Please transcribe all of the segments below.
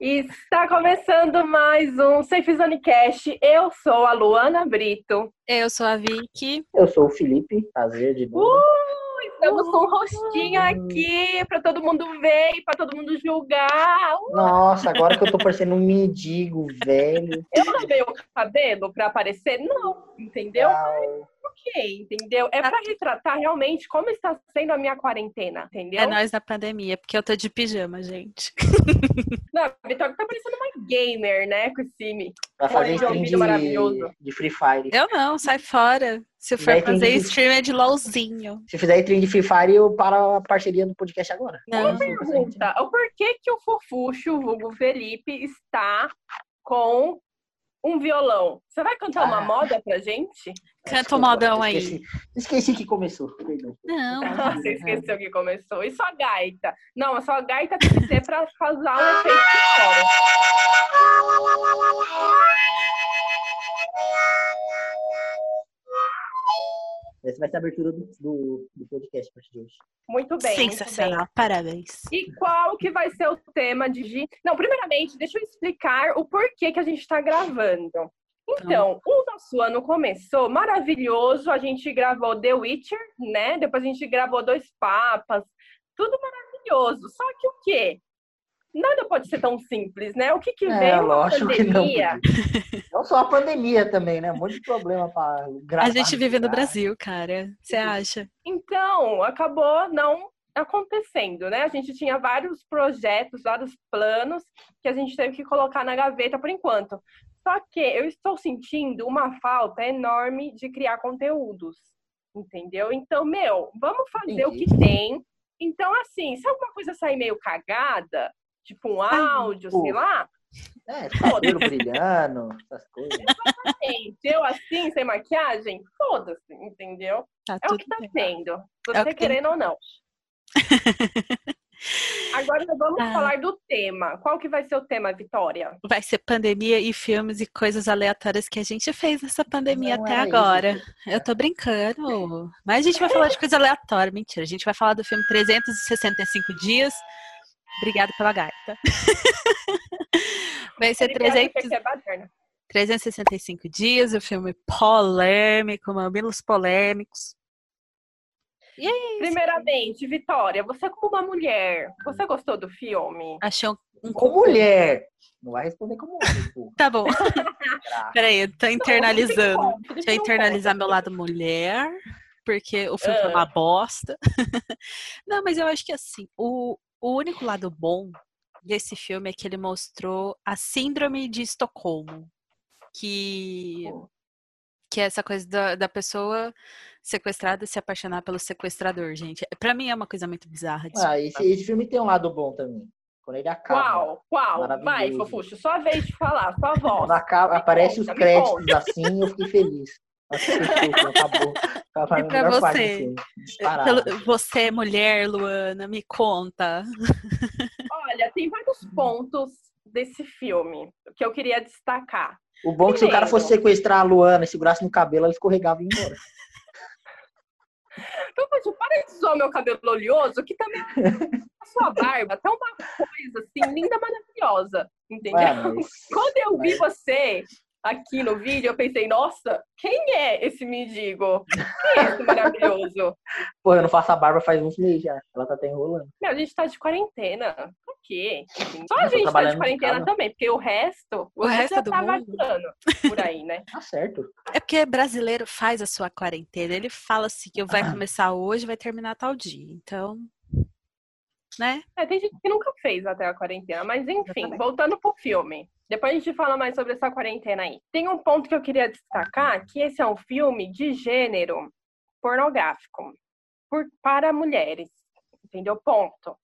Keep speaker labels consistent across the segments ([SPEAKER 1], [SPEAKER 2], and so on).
[SPEAKER 1] Está começando mais um Safe Zone Cash. Eu sou a Luana Brito.
[SPEAKER 2] Eu sou a Vicky.
[SPEAKER 3] Eu sou o Felipe, prazer de novo.
[SPEAKER 1] Uh, estamos com um rostinho aqui para todo mundo ver e para todo mundo julgar. Uh,
[SPEAKER 3] Nossa, agora que eu tô parecendo um mendigo, velho.
[SPEAKER 1] eu lavei o cabelo para aparecer? Não, entendeu?
[SPEAKER 3] Ah. Tal.
[SPEAKER 1] Ok, entendeu? É para retratar realmente como está sendo a minha quarentena, entendeu?
[SPEAKER 2] É nós na pandemia, porque eu tô de pijama, gente.
[SPEAKER 1] Não, a Vitória tá parecendo uma gamer, né, com esse
[SPEAKER 3] Vai fazer
[SPEAKER 1] Olha,
[SPEAKER 3] stream
[SPEAKER 1] ouvido maravilhoso.
[SPEAKER 3] de, de Free Fire.
[SPEAKER 2] Eu não, sai fora. Se for
[SPEAKER 3] Vai, tem
[SPEAKER 2] fazer
[SPEAKER 3] que-
[SPEAKER 2] stream é de LOLzinho.
[SPEAKER 3] Se fizer stream de Free Fire, eu paro a parceria do podcast agora. assim,
[SPEAKER 2] Não.
[SPEAKER 1] pergunta. O porquê que o Fofuxo, vulgo Felipe, está com um violão? Você vai cantar uma
[SPEAKER 3] Ah.
[SPEAKER 1] moda pra gente?
[SPEAKER 2] Canta o modão aí.
[SPEAKER 3] Esqueci, esqueci que começou, perdão.
[SPEAKER 2] Não.
[SPEAKER 1] Você esqueceu que começou. E sua gaita? Não, a sua gaita tem que ser pra causar um efeito de
[SPEAKER 3] Essa vai ser a abertura do, do, do podcast a partir de hoje.
[SPEAKER 1] Muito bem. muito
[SPEAKER 2] Sensacional,
[SPEAKER 1] bem.
[SPEAKER 2] parabéns.
[SPEAKER 1] E qual que vai ser o tema de... gi- Não, primeiramente, deixa eu explicar o porquê que a gente está gravando.
[SPEAKER 3] Tá.
[SPEAKER 1] Então, o nosso ano começou maravilhoso, a gente gravou The Witcher, né? Depois a gente gravou Dois Papas, tudo maravilhoso. Só que o quê? Nada pode ser tão simples, né? O que que
[SPEAKER 3] É,
[SPEAKER 1] veio a
[SPEAKER 3] lógico que não.
[SPEAKER 1] pandemia?
[SPEAKER 3] Não só a pandemia também, né? Um monte de problema pra gravar.
[SPEAKER 2] A gente vive no
[SPEAKER 3] lugar.
[SPEAKER 2] Brasil, cara. Você acha?
[SPEAKER 1] Então, acabou não acontecendo, né? A gente tinha vários projetos, vários planos que a gente teve que colocar na gaveta por enquanto. Só que eu estou sentindo uma falta enorme de criar conteúdos, entendeu? Então, meu, vamos fazer o que tem. Então, assim, se alguma coisa sair meio cagada, tipo um
[SPEAKER 2] Ai,
[SPEAKER 1] áudio,
[SPEAKER 3] pô.
[SPEAKER 1] sei lá,
[SPEAKER 3] É, cabelo brilhando, essas coisas.
[SPEAKER 1] gente, eu assim, sem maquiagem, foda-se, entendeu?
[SPEAKER 2] Tá
[SPEAKER 1] É o
[SPEAKER 2] tudo
[SPEAKER 1] que tá
[SPEAKER 2] bem.
[SPEAKER 1] sendo.
[SPEAKER 2] É o
[SPEAKER 1] Você
[SPEAKER 2] que tem.
[SPEAKER 1] querendo ou não. Agora vamos
[SPEAKER 2] Ah.
[SPEAKER 1] falar do tema. Qual que vai ser o tema, Vitória?
[SPEAKER 2] Vai ser pandemia e filmes e coisas aleatórias que a gente fez nessa pandemia
[SPEAKER 3] Não
[SPEAKER 2] até
[SPEAKER 3] era
[SPEAKER 2] agora.
[SPEAKER 3] isso.
[SPEAKER 2] Eu tô brincando. Mas a gente vai falar de coisa aleatória. Mentira, a gente vai falar do filme 365 Dias. Obrigada pela gaita. Vai ser
[SPEAKER 1] Ele acha
[SPEAKER 2] 300,
[SPEAKER 1] que aqui é baderna.
[SPEAKER 2] 365 Dias, o filme polêmico, mamilos polêmicos. E é isso.
[SPEAKER 1] Primeiramente, Vitória, você é como uma mulher, você gostou do filme?
[SPEAKER 2] Achei um... um-
[SPEAKER 3] Com mulher. Não vai responder como homem, pô.
[SPEAKER 2] Tá bom,
[SPEAKER 3] Graça.
[SPEAKER 2] peraí, eu tô
[SPEAKER 1] Não,
[SPEAKER 2] internalizando.
[SPEAKER 1] não tem como,
[SPEAKER 2] Deixa eu um
[SPEAKER 1] não
[SPEAKER 2] internalizar
[SPEAKER 1] pode.
[SPEAKER 2] meu lado mulher, porque o filme foi
[SPEAKER 1] Ah.
[SPEAKER 2] uma bosta. Não, mas eu acho que assim, o, o único lado bom desse filme é que ele mostrou a síndrome de Estocolmo. Que,
[SPEAKER 1] Pô.
[SPEAKER 2] que é essa coisa da, da pessoa sequestrada se apaixonar pelo sequestrador, gente. Pra mim é uma coisa muito bizarra. disso.
[SPEAKER 3] Ah, esse, esse filme tem um lado bom também. Quando ele acaba.
[SPEAKER 1] Qual? Qual?
[SPEAKER 3] Maravilhoso.
[SPEAKER 1] Vai, Fofuxo, só a vez de falar, só a
[SPEAKER 3] Quando
[SPEAKER 1] voz.
[SPEAKER 3] acaba, aparece os
[SPEAKER 1] conta, me
[SPEAKER 3] créditos assim, eu fiquei feliz. Nossa, que susto, acabou. Acabou a
[SPEAKER 2] E pra
[SPEAKER 3] melhor parte
[SPEAKER 2] você?
[SPEAKER 3] do filme.
[SPEAKER 2] Pelo-
[SPEAKER 3] Disparado.
[SPEAKER 2] você, é mulher, Luana, me conta.
[SPEAKER 1] Olha, tem vários pontos desse filme que eu queria destacar.
[SPEAKER 3] O bom é que se o cara fosse sequestrar a Luana e segurasse no cabelo, ela escorregava e ia embora.
[SPEAKER 1] Então, Fofuxo, para de zoar meu cabelo oleoso, que também a sua barba tá uma coisa assim, linda, maravilhosa. Entendeu?
[SPEAKER 3] Ué, Ah, mas...
[SPEAKER 1] Quando eu vi você aqui no vídeo, eu pensei, nossa, quem é esse mendigo? Quem é esse maravilhoso?
[SPEAKER 3] Pô, eu não faço a barba faz uns meses já. Ela tá até enrolando.
[SPEAKER 1] Meu, a gente tá de quarentena. Por quê? Enfim, Só
[SPEAKER 3] Eu
[SPEAKER 1] a
[SPEAKER 3] tô
[SPEAKER 1] gente tá
[SPEAKER 3] trabalhando
[SPEAKER 1] de
[SPEAKER 3] de
[SPEAKER 1] quarentena
[SPEAKER 3] casa.
[SPEAKER 1] também, porque o resto, o,
[SPEAKER 2] O
[SPEAKER 1] resto,
[SPEAKER 2] resto
[SPEAKER 1] já
[SPEAKER 2] do
[SPEAKER 1] tá
[SPEAKER 2] mundo.
[SPEAKER 1] vacilando por aí, né?
[SPEAKER 3] Tá certo.
[SPEAKER 2] É porque brasileiro faz a sua quarentena. Ele fala assim que vai começar hoje, vai terminar tal dia. Então, né?
[SPEAKER 1] É, tem gente que nunca fez até a quarentena, mas enfim,
[SPEAKER 2] Exatamente.
[SPEAKER 1] voltando pro filme. Depois a gente fala mais sobre essa quarentena aí. Tem um ponto que eu queria destacar, que esse é um filme de gênero pornográfico por- para mulheres, entendeu? Ponto.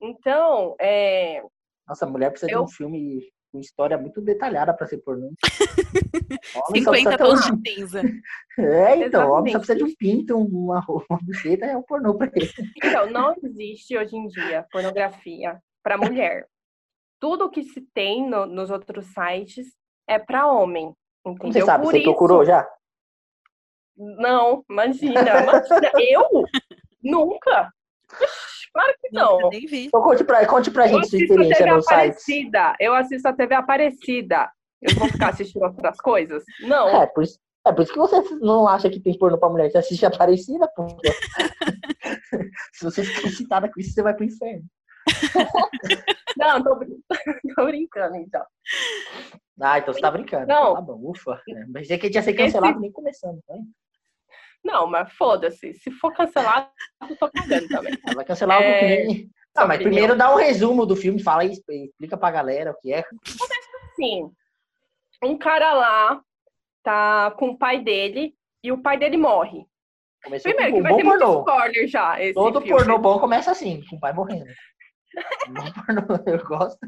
[SPEAKER 1] Então, é,
[SPEAKER 3] Nossa, a mulher precisa
[SPEAKER 1] Eu-
[SPEAKER 3] de um filme com história muito detalhada pra ser pornô. Homem
[SPEAKER 2] 50
[SPEAKER 3] só precisa ter
[SPEAKER 2] tons
[SPEAKER 3] um-
[SPEAKER 2] de cinza.
[SPEAKER 3] É, então, homem
[SPEAKER 1] Exatamente.
[SPEAKER 3] só precisa de um pinto, uma roupa, uma buceta, é o pornô pra ele.
[SPEAKER 1] então não existe hoje em dia pornografia para mulher. Tudo que se tem no- nos outros sites é para homem, entendeu?
[SPEAKER 3] Como você sabe?
[SPEAKER 1] Por
[SPEAKER 3] Você
[SPEAKER 1] isso-
[SPEAKER 3] procurou já?
[SPEAKER 1] Não, imagina, imagina. Eu? Nunca. Ixi, claro que não.
[SPEAKER 2] Nunca nem vi.
[SPEAKER 3] Então conte pra, conte pra
[SPEAKER 1] Eu
[SPEAKER 3] gente sua
[SPEAKER 1] assisto a TV
[SPEAKER 3] experiência no site.
[SPEAKER 1] Aparecida. Eu assisto a TV Aparecida. Eu vou ficar assistindo outras coisas? Não.
[SPEAKER 3] É por, isso, é por isso que você não acha que tem pornô pra mulher. Você assiste Aparecida, pô. Se você ficar excitada com isso, você vai pro inferno.
[SPEAKER 1] Não, tô, brin- tô brincando, então.
[SPEAKER 3] Ah, então você tá brincando.
[SPEAKER 1] Não.
[SPEAKER 3] Tá bom, ufa. É, mas é que ia ser cancelado nem começando. Né?
[SPEAKER 1] Não, mas foda-se. Se for cancelado, eu tô cagando também.
[SPEAKER 3] Ah, Vai cancelar algo que
[SPEAKER 1] É,
[SPEAKER 3] nem... Ah, mas
[SPEAKER 1] sobre
[SPEAKER 3] primeiro dá um resumo do filme, fala aí, explica pra galera o que é.
[SPEAKER 1] Sim. Assim, Um cara lá tá com o pai dele e o pai dele morre.
[SPEAKER 3] Começou
[SPEAKER 1] Primeiro,
[SPEAKER 3] com
[SPEAKER 1] que
[SPEAKER 3] um
[SPEAKER 1] vai
[SPEAKER 3] bom
[SPEAKER 1] ter muito
[SPEAKER 3] pornô.
[SPEAKER 1] spoiler já. Esse
[SPEAKER 3] Todo
[SPEAKER 1] filme. é
[SPEAKER 3] pornô bom começa assim, com o pai morrendo. bom pornô, eu gosto.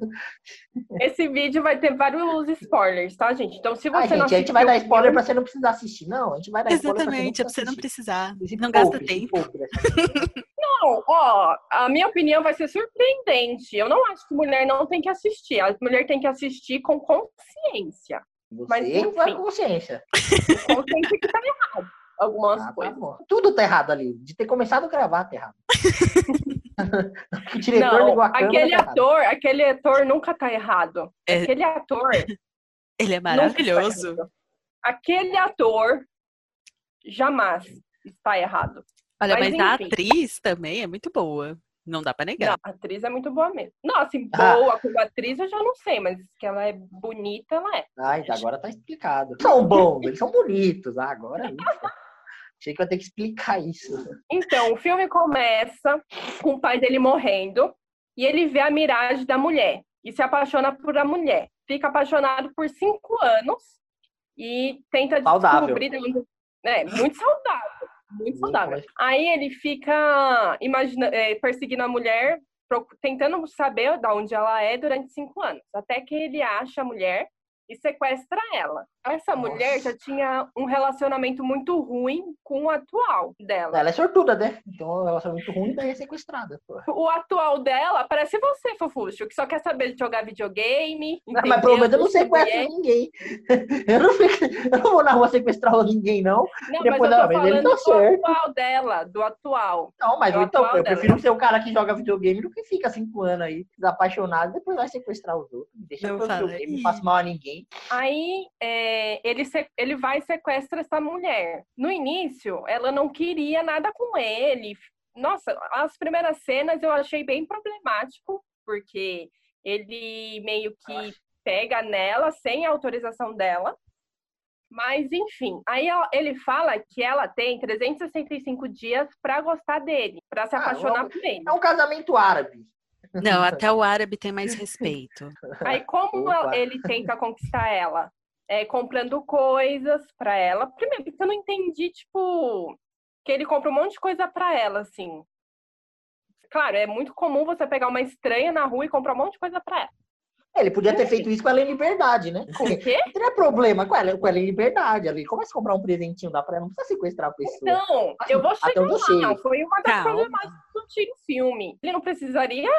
[SPEAKER 1] Esse vídeo vai ter vários spoilers, tá, gente? Então, se
[SPEAKER 3] Ah,
[SPEAKER 1] você
[SPEAKER 3] gente,
[SPEAKER 1] não
[SPEAKER 3] a gente
[SPEAKER 1] assistiu
[SPEAKER 3] vai
[SPEAKER 1] o
[SPEAKER 3] dar spoiler
[SPEAKER 1] filme-
[SPEAKER 3] pra você não precisar assistir, não. A gente vai dar
[SPEAKER 2] Exatamente, é pra você
[SPEAKER 3] spoiler
[SPEAKER 2] não
[SPEAKER 3] pra
[SPEAKER 2] precisar.
[SPEAKER 3] você
[SPEAKER 2] Não gasta
[SPEAKER 3] assistir.
[SPEAKER 2] tempo.
[SPEAKER 1] Não, ó, a minha opinião vai ser surpreendente. Eu não acho que mulher não tem que assistir. A mulher tem que assistir com consciência. Mas,
[SPEAKER 3] Você
[SPEAKER 1] enfim.
[SPEAKER 3] vai com consciência.
[SPEAKER 1] Ou tem que estar errado. Algumas
[SPEAKER 3] Ah, tá
[SPEAKER 1] coisas.
[SPEAKER 3] bom. Tudo tá errado ali. De ter começado a gravar, tá errado. o diretor
[SPEAKER 1] não,
[SPEAKER 3] ligou a câmera.
[SPEAKER 1] aquele
[SPEAKER 3] tá errado.
[SPEAKER 1] ator, aquele ator nunca tá errado.
[SPEAKER 2] É.
[SPEAKER 1] Aquele ator. nunca
[SPEAKER 2] Ele é
[SPEAKER 1] tá
[SPEAKER 2] maravilhoso.
[SPEAKER 1] errado. Aquele ator jamais está errado.
[SPEAKER 2] Olha, mas,
[SPEAKER 1] Mas
[SPEAKER 2] a
[SPEAKER 1] enfim.
[SPEAKER 2] atriz também é muito boa. Não dá pra
[SPEAKER 1] Não,
[SPEAKER 2] negar.
[SPEAKER 1] a atriz é muito boa mesmo. Não, assim,
[SPEAKER 3] Ah.
[SPEAKER 1] boa como atriz eu já não sei, mas que ela é bonita, ela é.
[SPEAKER 3] Ai, agora tá explicado. São bons, eles são bonitos. Ah, agora ufa. Achei que eu ia ter que explicar isso.
[SPEAKER 1] Então, o filme começa com o pai dele morrendo e ele vê a miragem da mulher e se apaixona por a mulher. Fica apaixonado por cinco anos e tenta
[SPEAKER 3] Saudável.
[SPEAKER 1] descobrir. de onde- É, muito saudável. Muito
[SPEAKER 3] Muito
[SPEAKER 1] saudável.
[SPEAKER 3] mais-
[SPEAKER 1] Aí ele fica imagina, eh, perseguindo a mulher, procu- tentando saber de onde ela é durante cinco anos. Até que ele acha a mulher e sequestra ela. Essa
[SPEAKER 3] Nossa.
[SPEAKER 1] mulher já tinha um relacionamento muito ruim com o atual dela.
[SPEAKER 3] Ela é sortuda, né? Então ela é muito ruim, daí é sequestrada. pô.
[SPEAKER 1] O atual dela parece você, Fofuxo, que só quer saber de jogar videogame.
[SPEAKER 3] Ah, mas pelo menos eu não sequestro
[SPEAKER 1] mulher.
[SPEAKER 3] ninguém. Eu não, fico, eu não vou na rua sequestrar ninguém, não.
[SPEAKER 1] Não, mas
[SPEAKER 3] Depois
[SPEAKER 1] eu
[SPEAKER 3] da
[SPEAKER 1] tô
[SPEAKER 3] vez,
[SPEAKER 1] falando
[SPEAKER 3] ele
[SPEAKER 1] do
[SPEAKER 3] tá certo.
[SPEAKER 1] atual dela, do atual.
[SPEAKER 3] Não, mas
[SPEAKER 1] É o
[SPEAKER 3] então,
[SPEAKER 1] atual
[SPEAKER 3] eu
[SPEAKER 1] dela.
[SPEAKER 3] prefiro ser o cara que joga videogame do que fica cinco anos aí, desapaixonado, depois vai sequestrar os outros. Deixa
[SPEAKER 2] Não
[SPEAKER 3] eu
[SPEAKER 2] fala
[SPEAKER 3] videogame, não
[SPEAKER 2] isso.
[SPEAKER 3] faço mal a ninguém.
[SPEAKER 1] Aí é, ele, se- ele vai e sequestra essa mulher. No início, ela não queria nada com ele. Nossa, as primeiras cenas eu achei bem problemático, porque ele meio que pega nela sem a autorização dela. Mas, enfim, aí ela- ele fala que ela tem 365 dias pra gostar dele, pra se
[SPEAKER 3] Ah,
[SPEAKER 1] apaixonar
[SPEAKER 3] logo-
[SPEAKER 1] por ele.
[SPEAKER 3] É um casamento árabe.
[SPEAKER 2] Não, até o árabe tem mais respeito.
[SPEAKER 1] Aí como
[SPEAKER 3] Opa.
[SPEAKER 1] ela- ele tenta conquistar ela? É, comprando coisas pra ela. Primeiro, porque eu não entendi, tipo, que ele compra um monte de coisa pra ela, assim. Claro, é muito comum você pegar uma estranha na rua e comprar um monte de coisa pra ela.
[SPEAKER 3] É, Ele podia ter feito isso com ela em liberdade, né?
[SPEAKER 1] Com o quê?
[SPEAKER 3] Não teria problema com ela, com ela em liberdade. Ela começa a comprar um presentinho, dá pra ela, não precisa sequestrar a pessoa.
[SPEAKER 1] Não, eu vou
[SPEAKER 3] Até
[SPEAKER 1] chegar
[SPEAKER 3] onde eu sei.
[SPEAKER 1] lá. Foi uma das
[SPEAKER 2] Calma.
[SPEAKER 1] problemáticas do antigo filme. Ele não precisaria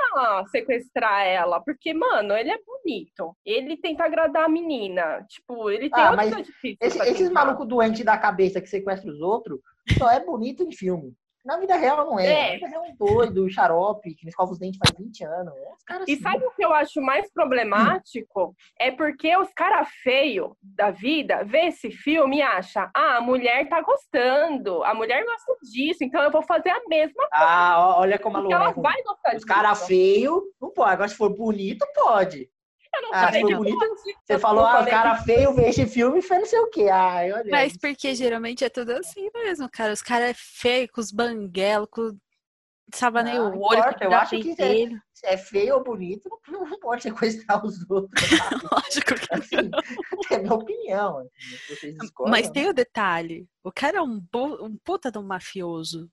[SPEAKER 1] sequestrar ela, porque, mano, ele é bonito. Ele tenta agradar a menina. Tipo, ele tem
[SPEAKER 3] Ah,
[SPEAKER 1] outros
[SPEAKER 3] mas
[SPEAKER 1] artifícios
[SPEAKER 3] Esse-
[SPEAKER 1] pra
[SPEAKER 3] esses
[SPEAKER 1] tentar.
[SPEAKER 3] malucos doentes da cabeça que sequestram os outros só é bonito em filme. Na vida real não é.
[SPEAKER 1] É.
[SPEAKER 3] Na vida real é um doido, xarope, que não escova os dentes faz 20 anos. É uns caras
[SPEAKER 1] E
[SPEAKER 3] assim.
[SPEAKER 1] sabe o que eu acho mais problemático? É porque os cara feio da vida vê esse filme e acha: "Ah, a mulher tá gostando, a mulher gosta disso, então eu vou fazer a mesma
[SPEAKER 3] Ah, ó- olha como a
[SPEAKER 1] porque
[SPEAKER 3] Luana é
[SPEAKER 1] ela
[SPEAKER 3] ruim.
[SPEAKER 1] vai gostar
[SPEAKER 3] Os
[SPEAKER 1] disso".
[SPEAKER 3] caras feios, não pode. Agora, se for bonito, pode.
[SPEAKER 1] eu não
[SPEAKER 3] ah,
[SPEAKER 1] falei
[SPEAKER 2] se
[SPEAKER 1] que
[SPEAKER 2] for
[SPEAKER 3] bonito,
[SPEAKER 1] pode, eu
[SPEAKER 3] Você falou,
[SPEAKER 1] não
[SPEAKER 3] ah, o
[SPEAKER 1] falei
[SPEAKER 3] cara feio vê esse filme e fez não sei o quê. Ai, olha.
[SPEAKER 2] Mas porque geralmente é tudo assim mesmo, cara. Os caras é feio, com os banguelos, com... Sabe nem
[SPEAKER 3] Não
[SPEAKER 2] o olho,
[SPEAKER 3] importa,
[SPEAKER 2] com
[SPEAKER 3] eu
[SPEAKER 2] o
[SPEAKER 3] acho que
[SPEAKER 2] pentelho.
[SPEAKER 3] Se é feio ou bonito, não não pode sequestrar os outros.
[SPEAKER 2] Lógico que
[SPEAKER 3] Assim, é a minha opinião. assim, Vocês escolhem.
[SPEAKER 2] Mas tem o detalhe. O cara é um, bu- um puta de um mafioso.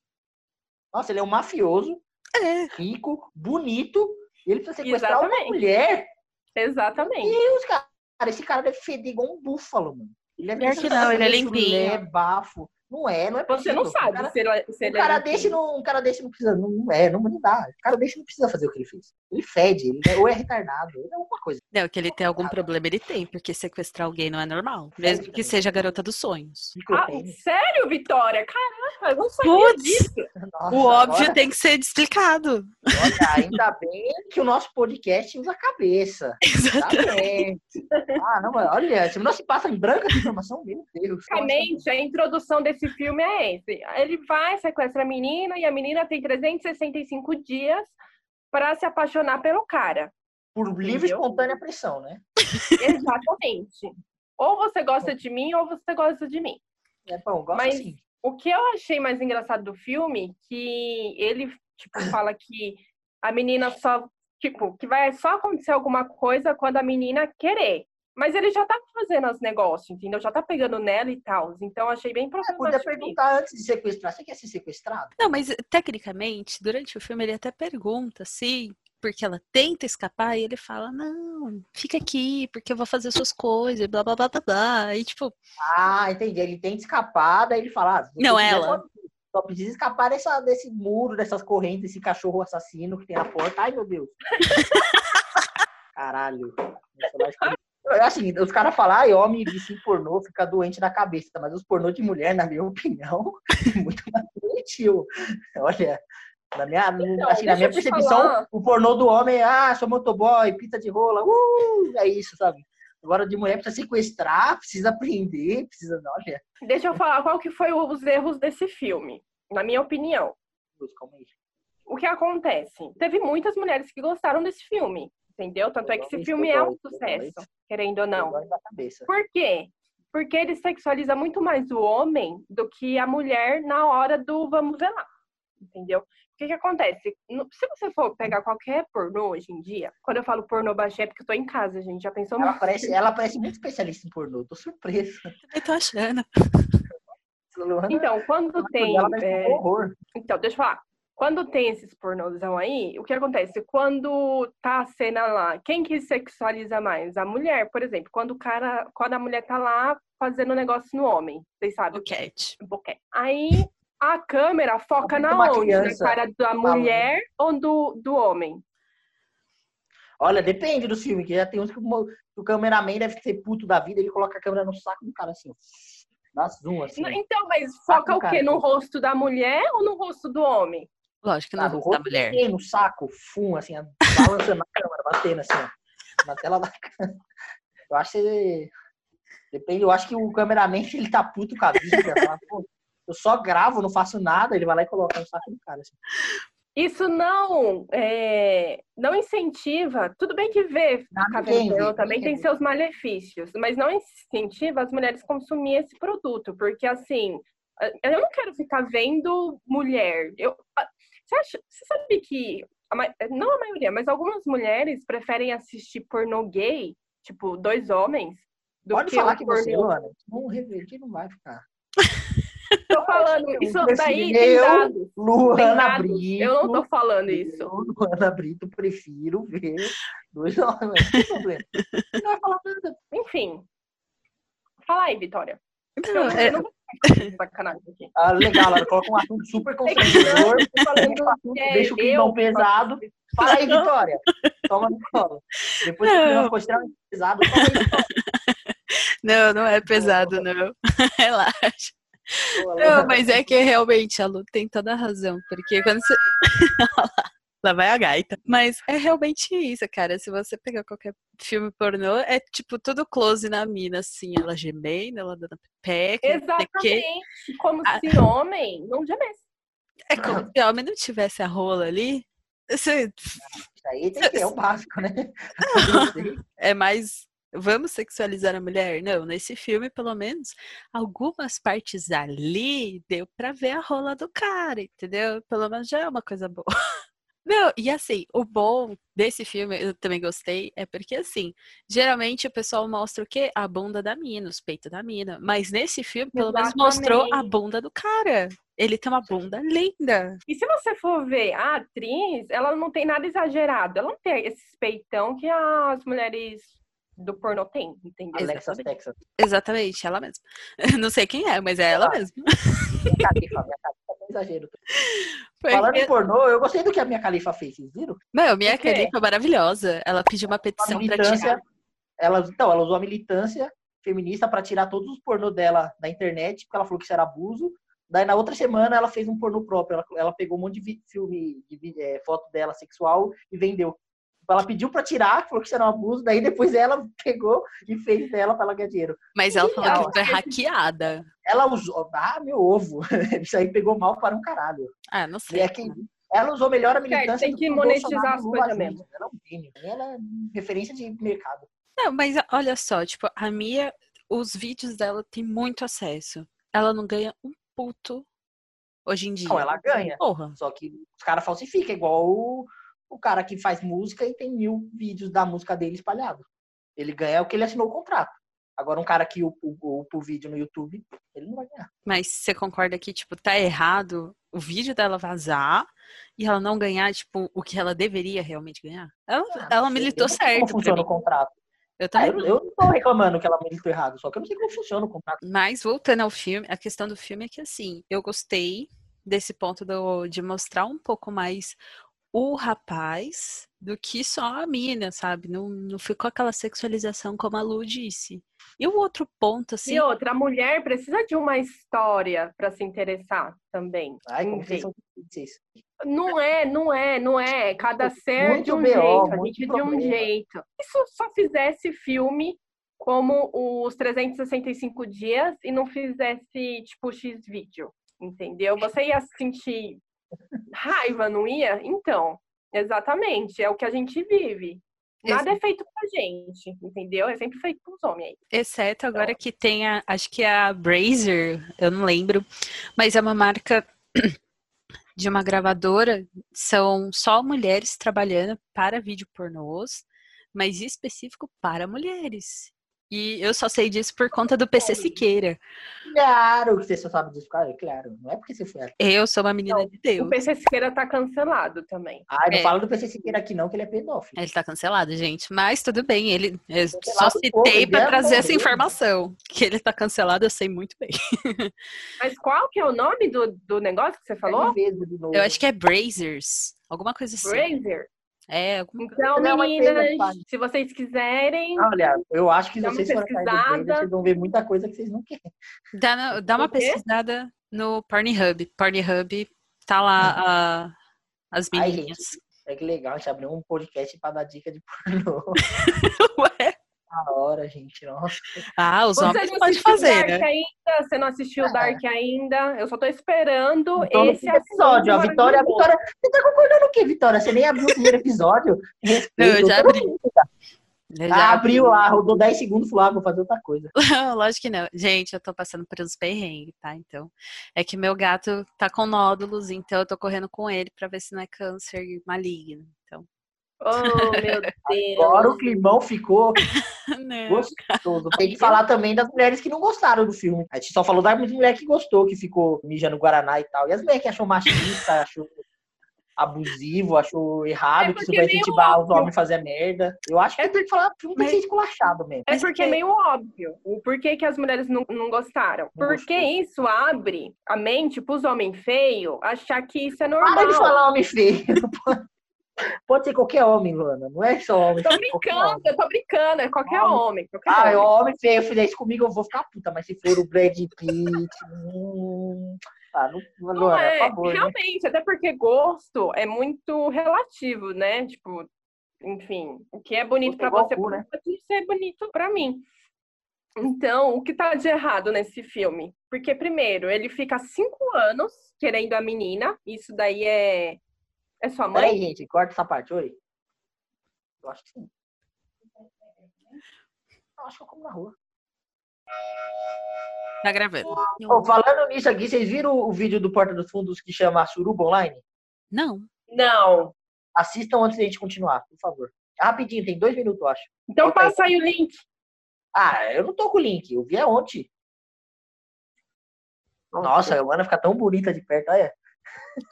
[SPEAKER 3] Nossa, ele é um mafioso,
[SPEAKER 2] É.
[SPEAKER 3] rico, bonito. E ele precisa sequestrar uma
[SPEAKER 1] Exatamente.
[SPEAKER 3] mulher.
[SPEAKER 1] Exatamente.
[SPEAKER 3] E os caras, esse cara deve feder igual um búfalo, mano. Ele é
[SPEAKER 2] Pior que não, ele é
[SPEAKER 3] chulé,
[SPEAKER 2] limpinho.
[SPEAKER 3] bafo. Não é, não é
[SPEAKER 1] Então Você
[SPEAKER 3] possível.
[SPEAKER 1] não sabe
[SPEAKER 3] O cara,
[SPEAKER 1] se ele, se
[SPEAKER 3] o
[SPEAKER 1] ele
[SPEAKER 3] cara
[SPEAKER 1] é
[SPEAKER 3] deixa e não, o cara deixa e não precisa. Não é, não, não dá. O cara deixa e não precisa fazer o que ele fez. Ele fede, ele é- ou é retardado, ou é alguma coisa.
[SPEAKER 1] Ah,
[SPEAKER 2] Não, que ele tem algum problema, ele tem, porque sequestrar alguém não é normal. Mesmo que seja a garota dos sonhos.
[SPEAKER 1] Ah, sério, Vitória? Caraca, eu não sabia
[SPEAKER 2] Putz,
[SPEAKER 1] disso.
[SPEAKER 3] Nossa,
[SPEAKER 2] O óbvio
[SPEAKER 3] agora-
[SPEAKER 2] tem que ser explicado.
[SPEAKER 3] olha, ainda bem que o nosso podcast usa a cabeça. Tá
[SPEAKER 2] Exato.
[SPEAKER 3] bem. Ah, não, mas olha, se não se passa em branco essa informação, meu Deus.
[SPEAKER 1] Basicamente, a introdução desse filme é esse. Ele vai, sequestra a menina e a menina tem 365 dias para se apaixonar pelo cara.
[SPEAKER 3] Por livre e
[SPEAKER 1] Entendeu?
[SPEAKER 3] espontânea pressão, né?
[SPEAKER 1] Exatamente. Ou você gosta de mim ou você gosta de mim.
[SPEAKER 3] É bom, gosto
[SPEAKER 1] Mas-
[SPEAKER 3] assim.
[SPEAKER 1] O que eu achei mais engraçado do filme, que ele, tipo, fala que a menina só, tipo, que vai só acontecer alguma coisa quando a menina querer. Mas ele já tá fazendo os negócios, entendeu? Já tá pegando nela e tal. Então, achei bem
[SPEAKER 3] É, podia
[SPEAKER 1] problemático. isso.
[SPEAKER 3] perguntar antes de sequestrar. Você quer ser sequestrado?
[SPEAKER 2] Não, mas tecnicamente, durante o filme, ele até pergunta, sim, porque ela tenta escapar e ele fala: não, fica aqui, porque eu vou fazer suas coisas, blá blá blá blá blá. E tipo,
[SPEAKER 3] Ah, entendi. Ele tenta escapar, daí ele fala. Ah, se você
[SPEAKER 2] Não,
[SPEAKER 3] quiser,
[SPEAKER 2] ela.
[SPEAKER 3] Só, só precisa escapar dessa, desse muro, dessas correntes, desse cachorro assassino que tem na porta. Ai, meu Deus. Caralho. Nossa, mas que- É Assim, os caras falam, ai, homem de se pornô fica doente da cabeça, mas os pornô de mulher, na minha opinião, é muito mais doentio. Olha, na minha, assim, na
[SPEAKER 1] Então, deixa
[SPEAKER 3] minha
[SPEAKER 1] eu te
[SPEAKER 3] percepção,
[SPEAKER 1] falar.
[SPEAKER 3] o pornô do homem é, ah, sou motoboy, pita de rola, uh, é isso, sabe? Agora de mulher precisa sequestrar, precisa prender, precisa. Olha,
[SPEAKER 1] Deixa eu falar qual que foi os erros desse filme, na minha opinião.
[SPEAKER 3] Deus, calma aí.
[SPEAKER 1] o que acontece? Teve muitas mulheres que gostaram desse filme, entendeu? Tanto é que esse
[SPEAKER 3] Totalmente,
[SPEAKER 1] filme é um
[SPEAKER 3] totalmente,
[SPEAKER 1] sucesso,
[SPEAKER 3] totalmente.
[SPEAKER 1] querendo ou não.
[SPEAKER 3] Agora tá na cabeça.
[SPEAKER 1] Por quê? Porque ele sexualiza muito mais o homem do que a mulher na hora do vamos ver lá, entendeu? O que que acontece? No- Se você for pegar qualquer pornô hoje em dia, quando eu falo pornô baixei é porque eu tô em casa, gente, já pensou
[SPEAKER 3] Ela parece, ela parece muito especialista em pornô, tô surpresa.
[SPEAKER 2] eu tô achando.
[SPEAKER 3] Luana,
[SPEAKER 1] Então, quando tem...
[SPEAKER 3] né? ela parece
[SPEAKER 1] é,
[SPEAKER 3] um horror.
[SPEAKER 1] Então, deixa eu falar. Quando tem esses pornozão aí, o que acontece? Quando tá a cena lá, quem que sexualiza mais? A mulher, por exemplo. Quando o cara, quando a mulher tá lá fazendo um negócio no homem, vocês sabem.
[SPEAKER 2] Boquete.
[SPEAKER 1] Boquete. Aí a câmera foca
[SPEAKER 3] Aponta
[SPEAKER 1] na
[SPEAKER 3] uma
[SPEAKER 1] onde? Na
[SPEAKER 3] criança
[SPEAKER 1] cara da
[SPEAKER 3] falando.
[SPEAKER 1] mulher ou do, do homem?
[SPEAKER 3] Olha, depende do filme, que já tem uns que o, mo- que o cameraman deve ser puto da vida, ele coloca a câmera no saco do cara assim, ó. Dá zoom assim.
[SPEAKER 1] Não, Então, mas foca
[SPEAKER 3] Saca o
[SPEAKER 1] o quê?
[SPEAKER 3] cara.
[SPEAKER 1] No rosto da mulher ou no rosto do homem?
[SPEAKER 2] Lógico que
[SPEAKER 3] Ah,
[SPEAKER 2] não
[SPEAKER 3] no
[SPEAKER 2] vou da
[SPEAKER 3] rosto
[SPEAKER 2] mulher.
[SPEAKER 3] dele, no saco, fum, assim, balançando na câmera, batendo assim, ó, na tela da câmera. Eu acho que. Depende, eu acho que o cameraman ele tá puto com a vida. fala, "Pô, eu só gravo, não faço nada. Ele vai lá e coloca no saco do cara. Assim.
[SPEAKER 1] Isso não é, não incentiva. Tudo bem que ver
[SPEAKER 3] Não,
[SPEAKER 2] Tá
[SPEAKER 1] cabelo
[SPEAKER 3] ninguém vê,
[SPEAKER 1] branco Então, também
[SPEAKER 3] ninguém
[SPEAKER 1] tem
[SPEAKER 3] vê.
[SPEAKER 1] seus malefícios, mas não incentiva as mulheres a consumir esse produto, porque assim, eu não quero ficar vendo mulher. Eu, ah, você, acha, você sabe que a ma- não a maioria, mas algumas mulheres preferem assistir pornô gay, tipo dois homens, do
[SPEAKER 3] Pode
[SPEAKER 1] que
[SPEAKER 3] falar
[SPEAKER 1] um
[SPEAKER 3] que você,
[SPEAKER 1] pornô.
[SPEAKER 3] Luana. Não reverti, não vai ficar.
[SPEAKER 1] Tô falando isso daí tem
[SPEAKER 3] Eu-
[SPEAKER 1] dados, tem
[SPEAKER 3] Luana
[SPEAKER 1] dados.
[SPEAKER 3] Brito.
[SPEAKER 1] Eu não tô falando isso.
[SPEAKER 3] Eu, Luana Brito, prefiro ver dois homens. Não tem problema. Ele Não vai falar nada.
[SPEAKER 1] Enfim. Fala aí, Vitória. Eu,
[SPEAKER 2] Não,
[SPEAKER 1] eu
[SPEAKER 2] é-
[SPEAKER 1] não vou ficar com sacanagem aqui.
[SPEAKER 3] Ah, legal, ela coloca um assunto super constrangedor.
[SPEAKER 1] É,
[SPEAKER 3] deixa
[SPEAKER 1] eu
[SPEAKER 3] o clima pesado. Fala aí, Vitória. Toma no colo. Depois que
[SPEAKER 2] Não.
[SPEAKER 3] eu postar um pesado, fala aí,
[SPEAKER 2] não, não é pesado, não. Relaxa. Não, mas é que realmente a Lu tem toda a razão, porque quando você. Lá vai a gaita. Mas é realmente isso, cara. Se você pegar qualquer filme pornô, é tipo tudo close na mina, assim, ela gemendo, ela dando peca, não sei o quê.
[SPEAKER 1] Exatamente. Como
[SPEAKER 2] Ah.
[SPEAKER 1] se homem não gemesse.
[SPEAKER 2] É como se o homem não tivesse a rola ali. Assim, Você-
[SPEAKER 3] Isso aí tem que é o básico, né?
[SPEAKER 2] É mais. Vamos sexualizar a mulher? Não, nesse filme, pelo menos, algumas partes ali deu pra ver a rola do cara, entendeu? Pelo menos já é uma coisa boa. Não, e assim, o bom desse filme, eu também gostei, é porque assim, geralmente o pessoal mostra o quê? A bunda da mina, os peitos da mina. Mas nesse filme, pelo menos, mostrou a
[SPEAKER 1] Exatamente.
[SPEAKER 2] bunda do cara. Ele tem uma bunda linda.
[SPEAKER 1] E se você for ver a atriz, ela não tem nada exagerado. Ela não tem esse peitão que as mulheres do pornô tem, entendeu?
[SPEAKER 3] Alexa
[SPEAKER 2] Exatamente.
[SPEAKER 3] Texas.
[SPEAKER 2] Exatamente, ela mesma. Não sei quem é, mas é ela
[SPEAKER 3] Claro.
[SPEAKER 2] mesma.
[SPEAKER 3] Minha califa, minha califa foi exagero. Falando
[SPEAKER 2] Porque,
[SPEAKER 3] em pornô, eu gostei do que a minha califa fez, vocês viram?
[SPEAKER 2] meu, minha
[SPEAKER 1] Por quê?
[SPEAKER 2] califa é maravilhosa. Ela pediu uma
[SPEAKER 3] A
[SPEAKER 2] petição pra tirar.
[SPEAKER 3] militância. Ela, então, ela usou a militância feminista pra tirar todos os pornô dela da internet, porque ela falou que isso era abuso. Daí na outra semana ela fez um pornô próprio. Ela, ela pegou um monte de vi- filme, de vi- eh, foto dela sexual e vendeu. Ela pediu pra tirar, falou que isso era um abuso. Daí depois ela pegou e fez dela pra ela ganhar dinheiro.
[SPEAKER 2] Mas ela falou
[SPEAKER 1] Genial.
[SPEAKER 2] que foi hackeada.
[SPEAKER 3] Ela usou. Ah, meu ovo! Isso aí pegou mal para um caralho.
[SPEAKER 2] Ah, não
[SPEAKER 3] E
[SPEAKER 2] sei.
[SPEAKER 3] é que ela usou melhor a militância.
[SPEAKER 1] tem
[SPEAKER 3] do
[SPEAKER 1] que
[SPEAKER 3] o
[SPEAKER 1] monetizar
[SPEAKER 3] Bolsonaro
[SPEAKER 1] as
[SPEAKER 3] no
[SPEAKER 1] coisas
[SPEAKER 3] Lula
[SPEAKER 1] mesmo.
[SPEAKER 3] Júnior. Ela é um gênio. Ela é referência de mercado.
[SPEAKER 2] Não, mas olha só, tipo, a Mia, os vídeos dela têm muito acesso. Ela não ganha um puto hoje em dia.
[SPEAKER 3] Não, ela ganha.
[SPEAKER 2] Porra.
[SPEAKER 3] Só que os caras falsificam, é igual o, o cara que faz música e tem mil vídeos da música dele espalhado. Ele ganha o que ele assinou o contrato. Agora, um cara que upa o upa o vídeo no YouTube, ele não vai ganhar.
[SPEAKER 2] Mas você concorda que, tipo, tá errado o vídeo dela vazar e ela não ganhar, tipo, o que ela deveria realmente ganhar? Ela,
[SPEAKER 3] Ah,
[SPEAKER 2] ela
[SPEAKER 3] não sei,
[SPEAKER 2] militou
[SPEAKER 3] eu não sei
[SPEAKER 2] certo
[SPEAKER 3] Como
[SPEAKER 2] pra
[SPEAKER 3] funciona
[SPEAKER 2] mim. Tá
[SPEAKER 3] o contrato?
[SPEAKER 2] Eu
[SPEAKER 3] Ah,
[SPEAKER 2] também
[SPEAKER 3] eu, eu não tô reclamando que ela militou errado, só que eu não sei como funciona o contrato.
[SPEAKER 2] Mas voltando ao filme, a questão do filme é que assim, eu gostei desse ponto do- de mostrar um pouco mais o rapaz do que só a mina, sabe? Não, não ficou aquela sexualização como a Lu disse. E o outro ponto, assim,
[SPEAKER 1] E outra, a mulher precisa de uma história pra se interessar também.
[SPEAKER 3] Ai, como
[SPEAKER 1] Enfim.
[SPEAKER 3] vocês são difíceis.
[SPEAKER 1] Não é, não é, não é. Cada ser
[SPEAKER 3] muito
[SPEAKER 1] de um
[SPEAKER 3] BO,
[SPEAKER 1] jeito, a
[SPEAKER 3] muito
[SPEAKER 1] gente de um
[SPEAKER 3] problema.
[SPEAKER 1] jeito. Isso só fizesse filme como os 365 dias e não fizesse tipo X vídeo, entendeu? Você ia sentir raiva, não ia? Então, exatamente, é o que a gente vive. Nada é feito pra gente, entendeu? É sempre feito pros homens. aí.
[SPEAKER 3] Então.
[SPEAKER 2] Exceto agora que tem a, acho que é a Brazer, eu não lembro, mas é uma marca de uma gravadora, são só mulheres trabalhando para vídeo pornôs, mas específico para mulheres. E eu só sei disso por conta do PC Siqueira.
[SPEAKER 3] Claro que você só sabe disso, cara. Claro. Não é porque você foi
[SPEAKER 2] Eu sou uma
[SPEAKER 3] Então,
[SPEAKER 2] menina de
[SPEAKER 1] O
[SPEAKER 2] Deus.
[SPEAKER 1] PC Siqueira tá cancelado também.
[SPEAKER 3] Ah, não
[SPEAKER 2] É.
[SPEAKER 3] fala do PC Siqueira aqui não, que ele é pedófilo.
[SPEAKER 2] Ele tá cancelado, gente, mas tudo bem, ele eu só
[SPEAKER 3] Cancelado,
[SPEAKER 2] citei
[SPEAKER 3] pô,
[SPEAKER 2] para
[SPEAKER 3] ele é
[SPEAKER 2] trazer essa
[SPEAKER 3] morreu.
[SPEAKER 2] informação, que ele tá cancelado, eu sei muito bem.
[SPEAKER 1] Mas qual que é o nome do, do negócio que você falou?
[SPEAKER 3] Ele mesmo, de novo.
[SPEAKER 2] Eu acho que é Brazers, alguma coisa assim.
[SPEAKER 1] Brazer.
[SPEAKER 2] É, alguma
[SPEAKER 1] Então,
[SPEAKER 3] Não, mas tem
[SPEAKER 1] meninas,
[SPEAKER 3] detalhe.
[SPEAKER 1] se vocês quiserem,
[SPEAKER 2] Ah,
[SPEAKER 3] Olha, eu acho que se
[SPEAKER 1] Dá uma
[SPEAKER 3] vocês forem atrás do
[SPEAKER 1] pesquisada.
[SPEAKER 3] Brazer, vocês vão ver muita coisa que vocês não querem.
[SPEAKER 2] Dá, na- dá uma
[SPEAKER 1] O quê?
[SPEAKER 2] pesquisada no Pornhub. Pornhub tá lá a- as
[SPEAKER 3] Ai,
[SPEAKER 2] menininhas.
[SPEAKER 3] É que legal, a gente abriu um podcast pra dar dica de pornô.
[SPEAKER 2] Ué?
[SPEAKER 3] Na hora, gente. Nossa.
[SPEAKER 2] Ah, os
[SPEAKER 1] você
[SPEAKER 2] homens
[SPEAKER 1] não
[SPEAKER 2] podem
[SPEAKER 1] assistiu
[SPEAKER 2] fazer,
[SPEAKER 1] Dark
[SPEAKER 2] né?
[SPEAKER 1] ainda, você não assistiu
[SPEAKER 3] Ah.
[SPEAKER 1] Dark ainda, eu só tô esperando
[SPEAKER 3] Então, no
[SPEAKER 1] esse
[SPEAKER 3] quinto episódio, ó.
[SPEAKER 1] assunto
[SPEAKER 3] Vitória, a
[SPEAKER 1] maravilhoso.
[SPEAKER 3] Vitória. Você tá concordando o quê, Vitória? Você nem abriu o primeiro episódio?
[SPEAKER 2] Não, eu
[SPEAKER 3] Respeito,
[SPEAKER 2] já
[SPEAKER 3] todo
[SPEAKER 2] abri.
[SPEAKER 3] mundo.
[SPEAKER 2] né? Eu já
[SPEAKER 3] Ah, abriu lá, rodou 10 segundos, falou, ah, vou fazer outra coisa.
[SPEAKER 2] Não, lógico que não. Gente, eu tô passando por uns perrengues, tá? Então, é que meu gato tá com nódulos, então eu tô correndo com ele pra ver se não é câncer maligno. Então,
[SPEAKER 1] Oh, meu Deus.
[SPEAKER 3] Agora o climão ficou
[SPEAKER 2] não.
[SPEAKER 3] gostoso. Tem que falar também das mulheres que não gostaram do filme. A gente só falou da mulher que gostou, que ficou mijando Guaraná e tal. E as mulheres que achou machista, achou abusivo, achou errado,
[SPEAKER 1] É
[SPEAKER 3] que
[SPEAKER 1] porque
[SPEAKER 3] isso vai
[SPEAKER 1] é meio
[SPEAKER 3] incentivar os
[SPEAKER 1] óbvio.
[SPEAKER 3] homens a fazer merda. Eu acho que tem que falar, o filme tem que ser esculachado mesmo.
[SPEAKER 1] É porque é meio óbvio o porquê que as mulheres não, não gostaram.
[SPEAKER 3] Não
[SPEAKER 1] Porque
[SPEAKER 3] gostou.
[SPEAKER 1] isso abre a mente pros homens feios achar que
[SPEAKER 3] Ah,
[SPEAKER 1] isso é normal.
[SPEAKER 3] Para de falar homem feio. Pode ser qualquer homem, Luana. Não é só homem.
[SPEAKER 1] Tô
[SPEAKER 3] feio, qualquer homem.
[SPEAKER 1] brincando, eu tô brincando, é qualquer
[SPEAKER 3] Não.
[SPEAKER 1] homem, qualquer
[SPEAKER 3] Ah, é
[SPEAKER 1] homem.
[SPEAKER 3] homem feio, fizer isso comigo, eu vou ficar puta. Mas se for o Brad Pitt... hum, Ah, não,
[SPEAKER 1] Não
[SPEAKER 3] Luana,
[SPEAKER 1] é,
[SPEAKER 3] por favor. né?
[SPEAKER 1] realmente, até porque gosto é muito relativo, né? Tipo, enfim, o que é bonito
[SPEAKER 3] Gosto
[SPEAKER 1] pra
[SPEAKER 3] é igual
[SPEAKER 1] você
[SPEAKER 3] cu, né?
[SPEAKER 1] pode ser bonito pra mim. Então, o que tá de errado nesse filme? Porque, primeiro, ele fica cinco anos querendo a menina, isso daí é. É sua mãe?
[SPEAKER 3] Peraí, gente, corta essa parte, oi. Eu acho que sim. Eu acho que eu como na rua.
[SPEAKER 2] Tá gravando.
[SPEAKER 3] Ô, falando nisso aqui, vocês viram o vídeo do Porta dos Fundos que chama Suruba Online?
[SPEAKER 2] Não.
[SPEAKER 1] Não.
[SPEAKER 3] Assistam antes da gente continuar, por favor. Rapidinho, tem dois minutos, eu acho.
[SPEAKER 1] Então
[SPEAKER 3] Bota aí.
[SPEAKER 1] passa aí o link.
[SPEAKER 3] Ah, eu não tô com o link, eu vi é ontem. Nossa, a Ana fica tão bonita de perto, olha.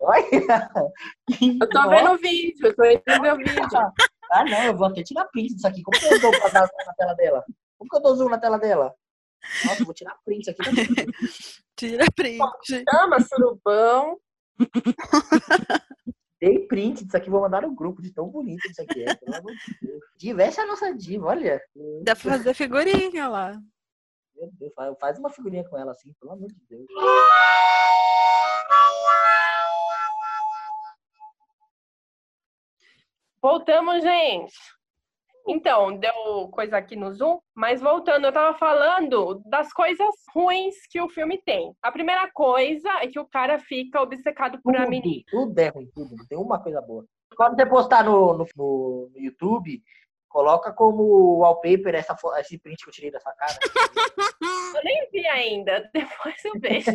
[SPEAKER 3] olha.
[SPEAKER 1] Eu tô vendo o vídeo, eu tô indo ver o vídeo.
[SPEAKER 3] Ah, não, eu vou até tirar print disso aqui. Como que eu dou pra dar zoom na tela dela? Como que eu dou zoom na tela dela? Nossa, eu vou tirar print aqui. também.
[SPEAKER 2] Tira print.
[SPEAKER 4] Chama surubão.
[SPEAKER 3] Dei print disso aqui, vou mandar no grupo de tão bonito isso aqui é. Pelo amor de Deus. Diva, essa é a nossa diva, olha.
[SPEAKER 2] Dá pra fazer figurinha lá.
[SPEAKER 3] Meu Deus, fa- faz uma figurinha com ela assim, pelo amor de Deus.
[SPEAKER 1] Voltamos, gente. Então, deu coisa aqui no Zoom, mas voltando, eu tava falando das coisas ruins que o filme tem. A primeira coisa é que o cara fica obcecado por a menina.
[SPEAKER 3] Tudo, tudo é ruim, tudo. Não tem uma coisa boa. Quando você postar no, no, no- no YouTube, coloca como wallpaper essa, fo- esse print que eu tirei da sua cara.
[SPEAKER 1] Eu nem vi ainda, depois eu vejo.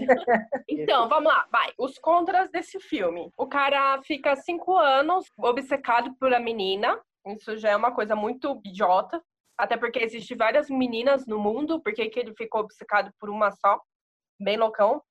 [SPEAKER 1] Então, vamos lá, vai. Os contras desse filme. O cara fica cinco anos obcecado por a menina. Isso já é uma coisa muito idiota. Até porque existem várias meninas no mundo. Por que que ele ficou obcecado por uma só? Bem loucão.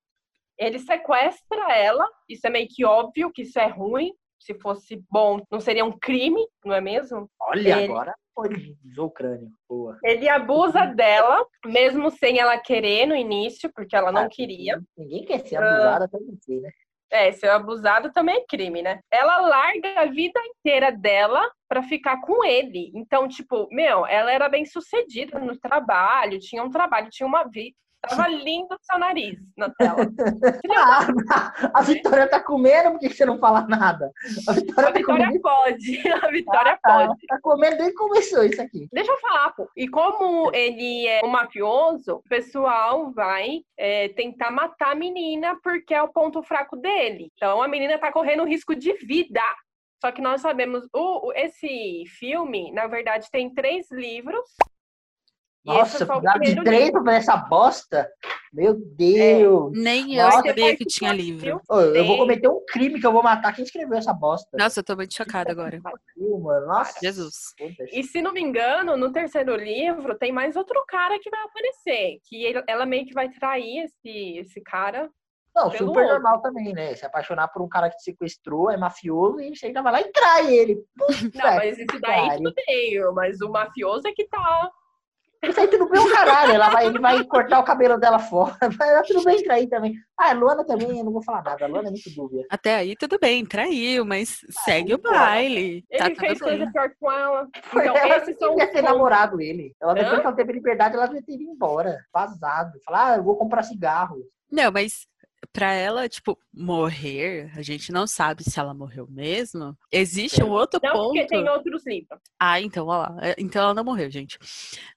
[SPEAKER 1] Ele sequestra ela. Isso é meio que óbvio que isso é ruim. Se fosse bom, não seria um crime, não é mesmo?
[SPEAKER 3] Olha,
[SPEAKER 1] Ele-
[SPEAKER 3] agora organizou o crânio. Boa.
[SPEAKER 1] Ele abusa dela, mesmo sem ela querer no início, porque ela
[SPEAKER 3] Ah,
[SPEAKER 1] não queria. Ah.
[SPEAKER 3] Ninguém quer ser abusado até você, né?
[SPEAKER 1] É, ser abusado também é crime, né? Ela larga a vida inteira dela pra ficar com ele. Então, tipo, meu, ela era bem sucedida no trabalho, tinha um trabalho, tinha uma vida. Tava lindo o seu nariz na tela.
[SPEAKER 3] Ah, a Vitória tá comendo, por que que você não fala nada? A Vitória,
[SPEAKER 1] A Vitória
[SPEAKER 3] tá comendo.
[SPEAKER 1] pode, a Vitória
[SPEAKER 3] Tá,
[SPEAKER 1] pode.
[SPEAKER 3] tá comendo desde que começou isso aqui.
[SPEAKER 1] Deixa eu falar, pô. E como ele é um mafioso, o pessoal vai é, tentar matar a menina porque é o ponto fraco dele. Então a menina tá correndo risco de vida. Só que nós sabemos, o, o- esse filme, na verdade, tem três livros. E esse
[SPEAKER 3] Nossa,
[SPEAKER 1] é só o
[SPEAKER 3] precisava de
[SPEAKER 1] primeiro
[SPEAKER 3] três
[SPEAKER 1] livro.
[SPEAKER 3] pra fazer essa bosta? Meu Deus!
[SPEAKER 2] Nem eu
[SPEAKER 3] Nossa,
[SPEAKER 2] sabia que
[SPEAKER 1] Depois
[SPEAKER 2] tinha
[SPEAKER 1] for
[SPEAKER 2] livro.
[SPEAKER 3] Ô, eu
[SPEAKER 1] Sim.
[SPEAKER 3] vou cometer um crime que eu vou matar quem escreveu essa bosta.
[SPEAKER 2] Nossa, eu tô muito chocada agora.
[SPEAKER 3] Ih, mano, Nossa,
[SPEAKER 2] Jesus.
[SPEAKER 3] Foda-se.
[SPEAKER 1] Ah, E se não me engano, no terceiro livro tem mais outro cara que vai aparecer. Que ele- ela meio que vai trair esse, esse cara.
[SPEAKER 3] Não,
[SPEAKER 1] Pelo
[SPEAKER 3] super
[SPEAKER 1] outro.
[SPEAKER 3] normal também, né? Se apaixonar por um cara que te sequestrou, é mafioso, e você ainda vai lá e trai ele. Puta,
[SPEAKER 1] Não, mas isso daí
[SPEAKER 3] cara.
[SPEAKER 1] tudo bem. Mas o mafioso é que tá.
[SPEAKER 3] Isso aí tudo bem o caralho. Ela vai, ele vai cortar o cabelo dela fora. Vai lá, tudo bem trair também. Ah, a Luana também, eu não vou falar nada. A Luana é muito dúvida.
[SPEAKER 2] Até aí tudo bem, traiu, mas segue o
[SPEAKER 3] então.
[SPEAKER 2] baile. Tá
[SPEAKER 1] Ele fez
[SPEAKER 2] tudo bem.
[SPEAKER 1] coisa pior com ela.
[SPEAKER 3] ela
[SPEAKER 1] Então, esses são
[SPEAKER 3] devia
[SPEAKER 1] os
[SPEAKER 3] ter namorado ele. Ela depois
[SPEAKER 1] Hã?
[SPEAKER 3] que ela teve liberdade, ela devia ter ido embora. Vazado. Falar, ah, eu vou comprar cigarro.
[SPEAKER 2] Não, mas pra ela, tipo, morrer, a gente não sabe se ela morreu mesmo. Existe um outro
[SPEAKER 1] Não,
[SPEAKER 2] ponto.
[SPEAKER 1] porque tem outros livros.
[SPEAKER 2] Ah, então, olha lá. É, Então ela não morreu, gente.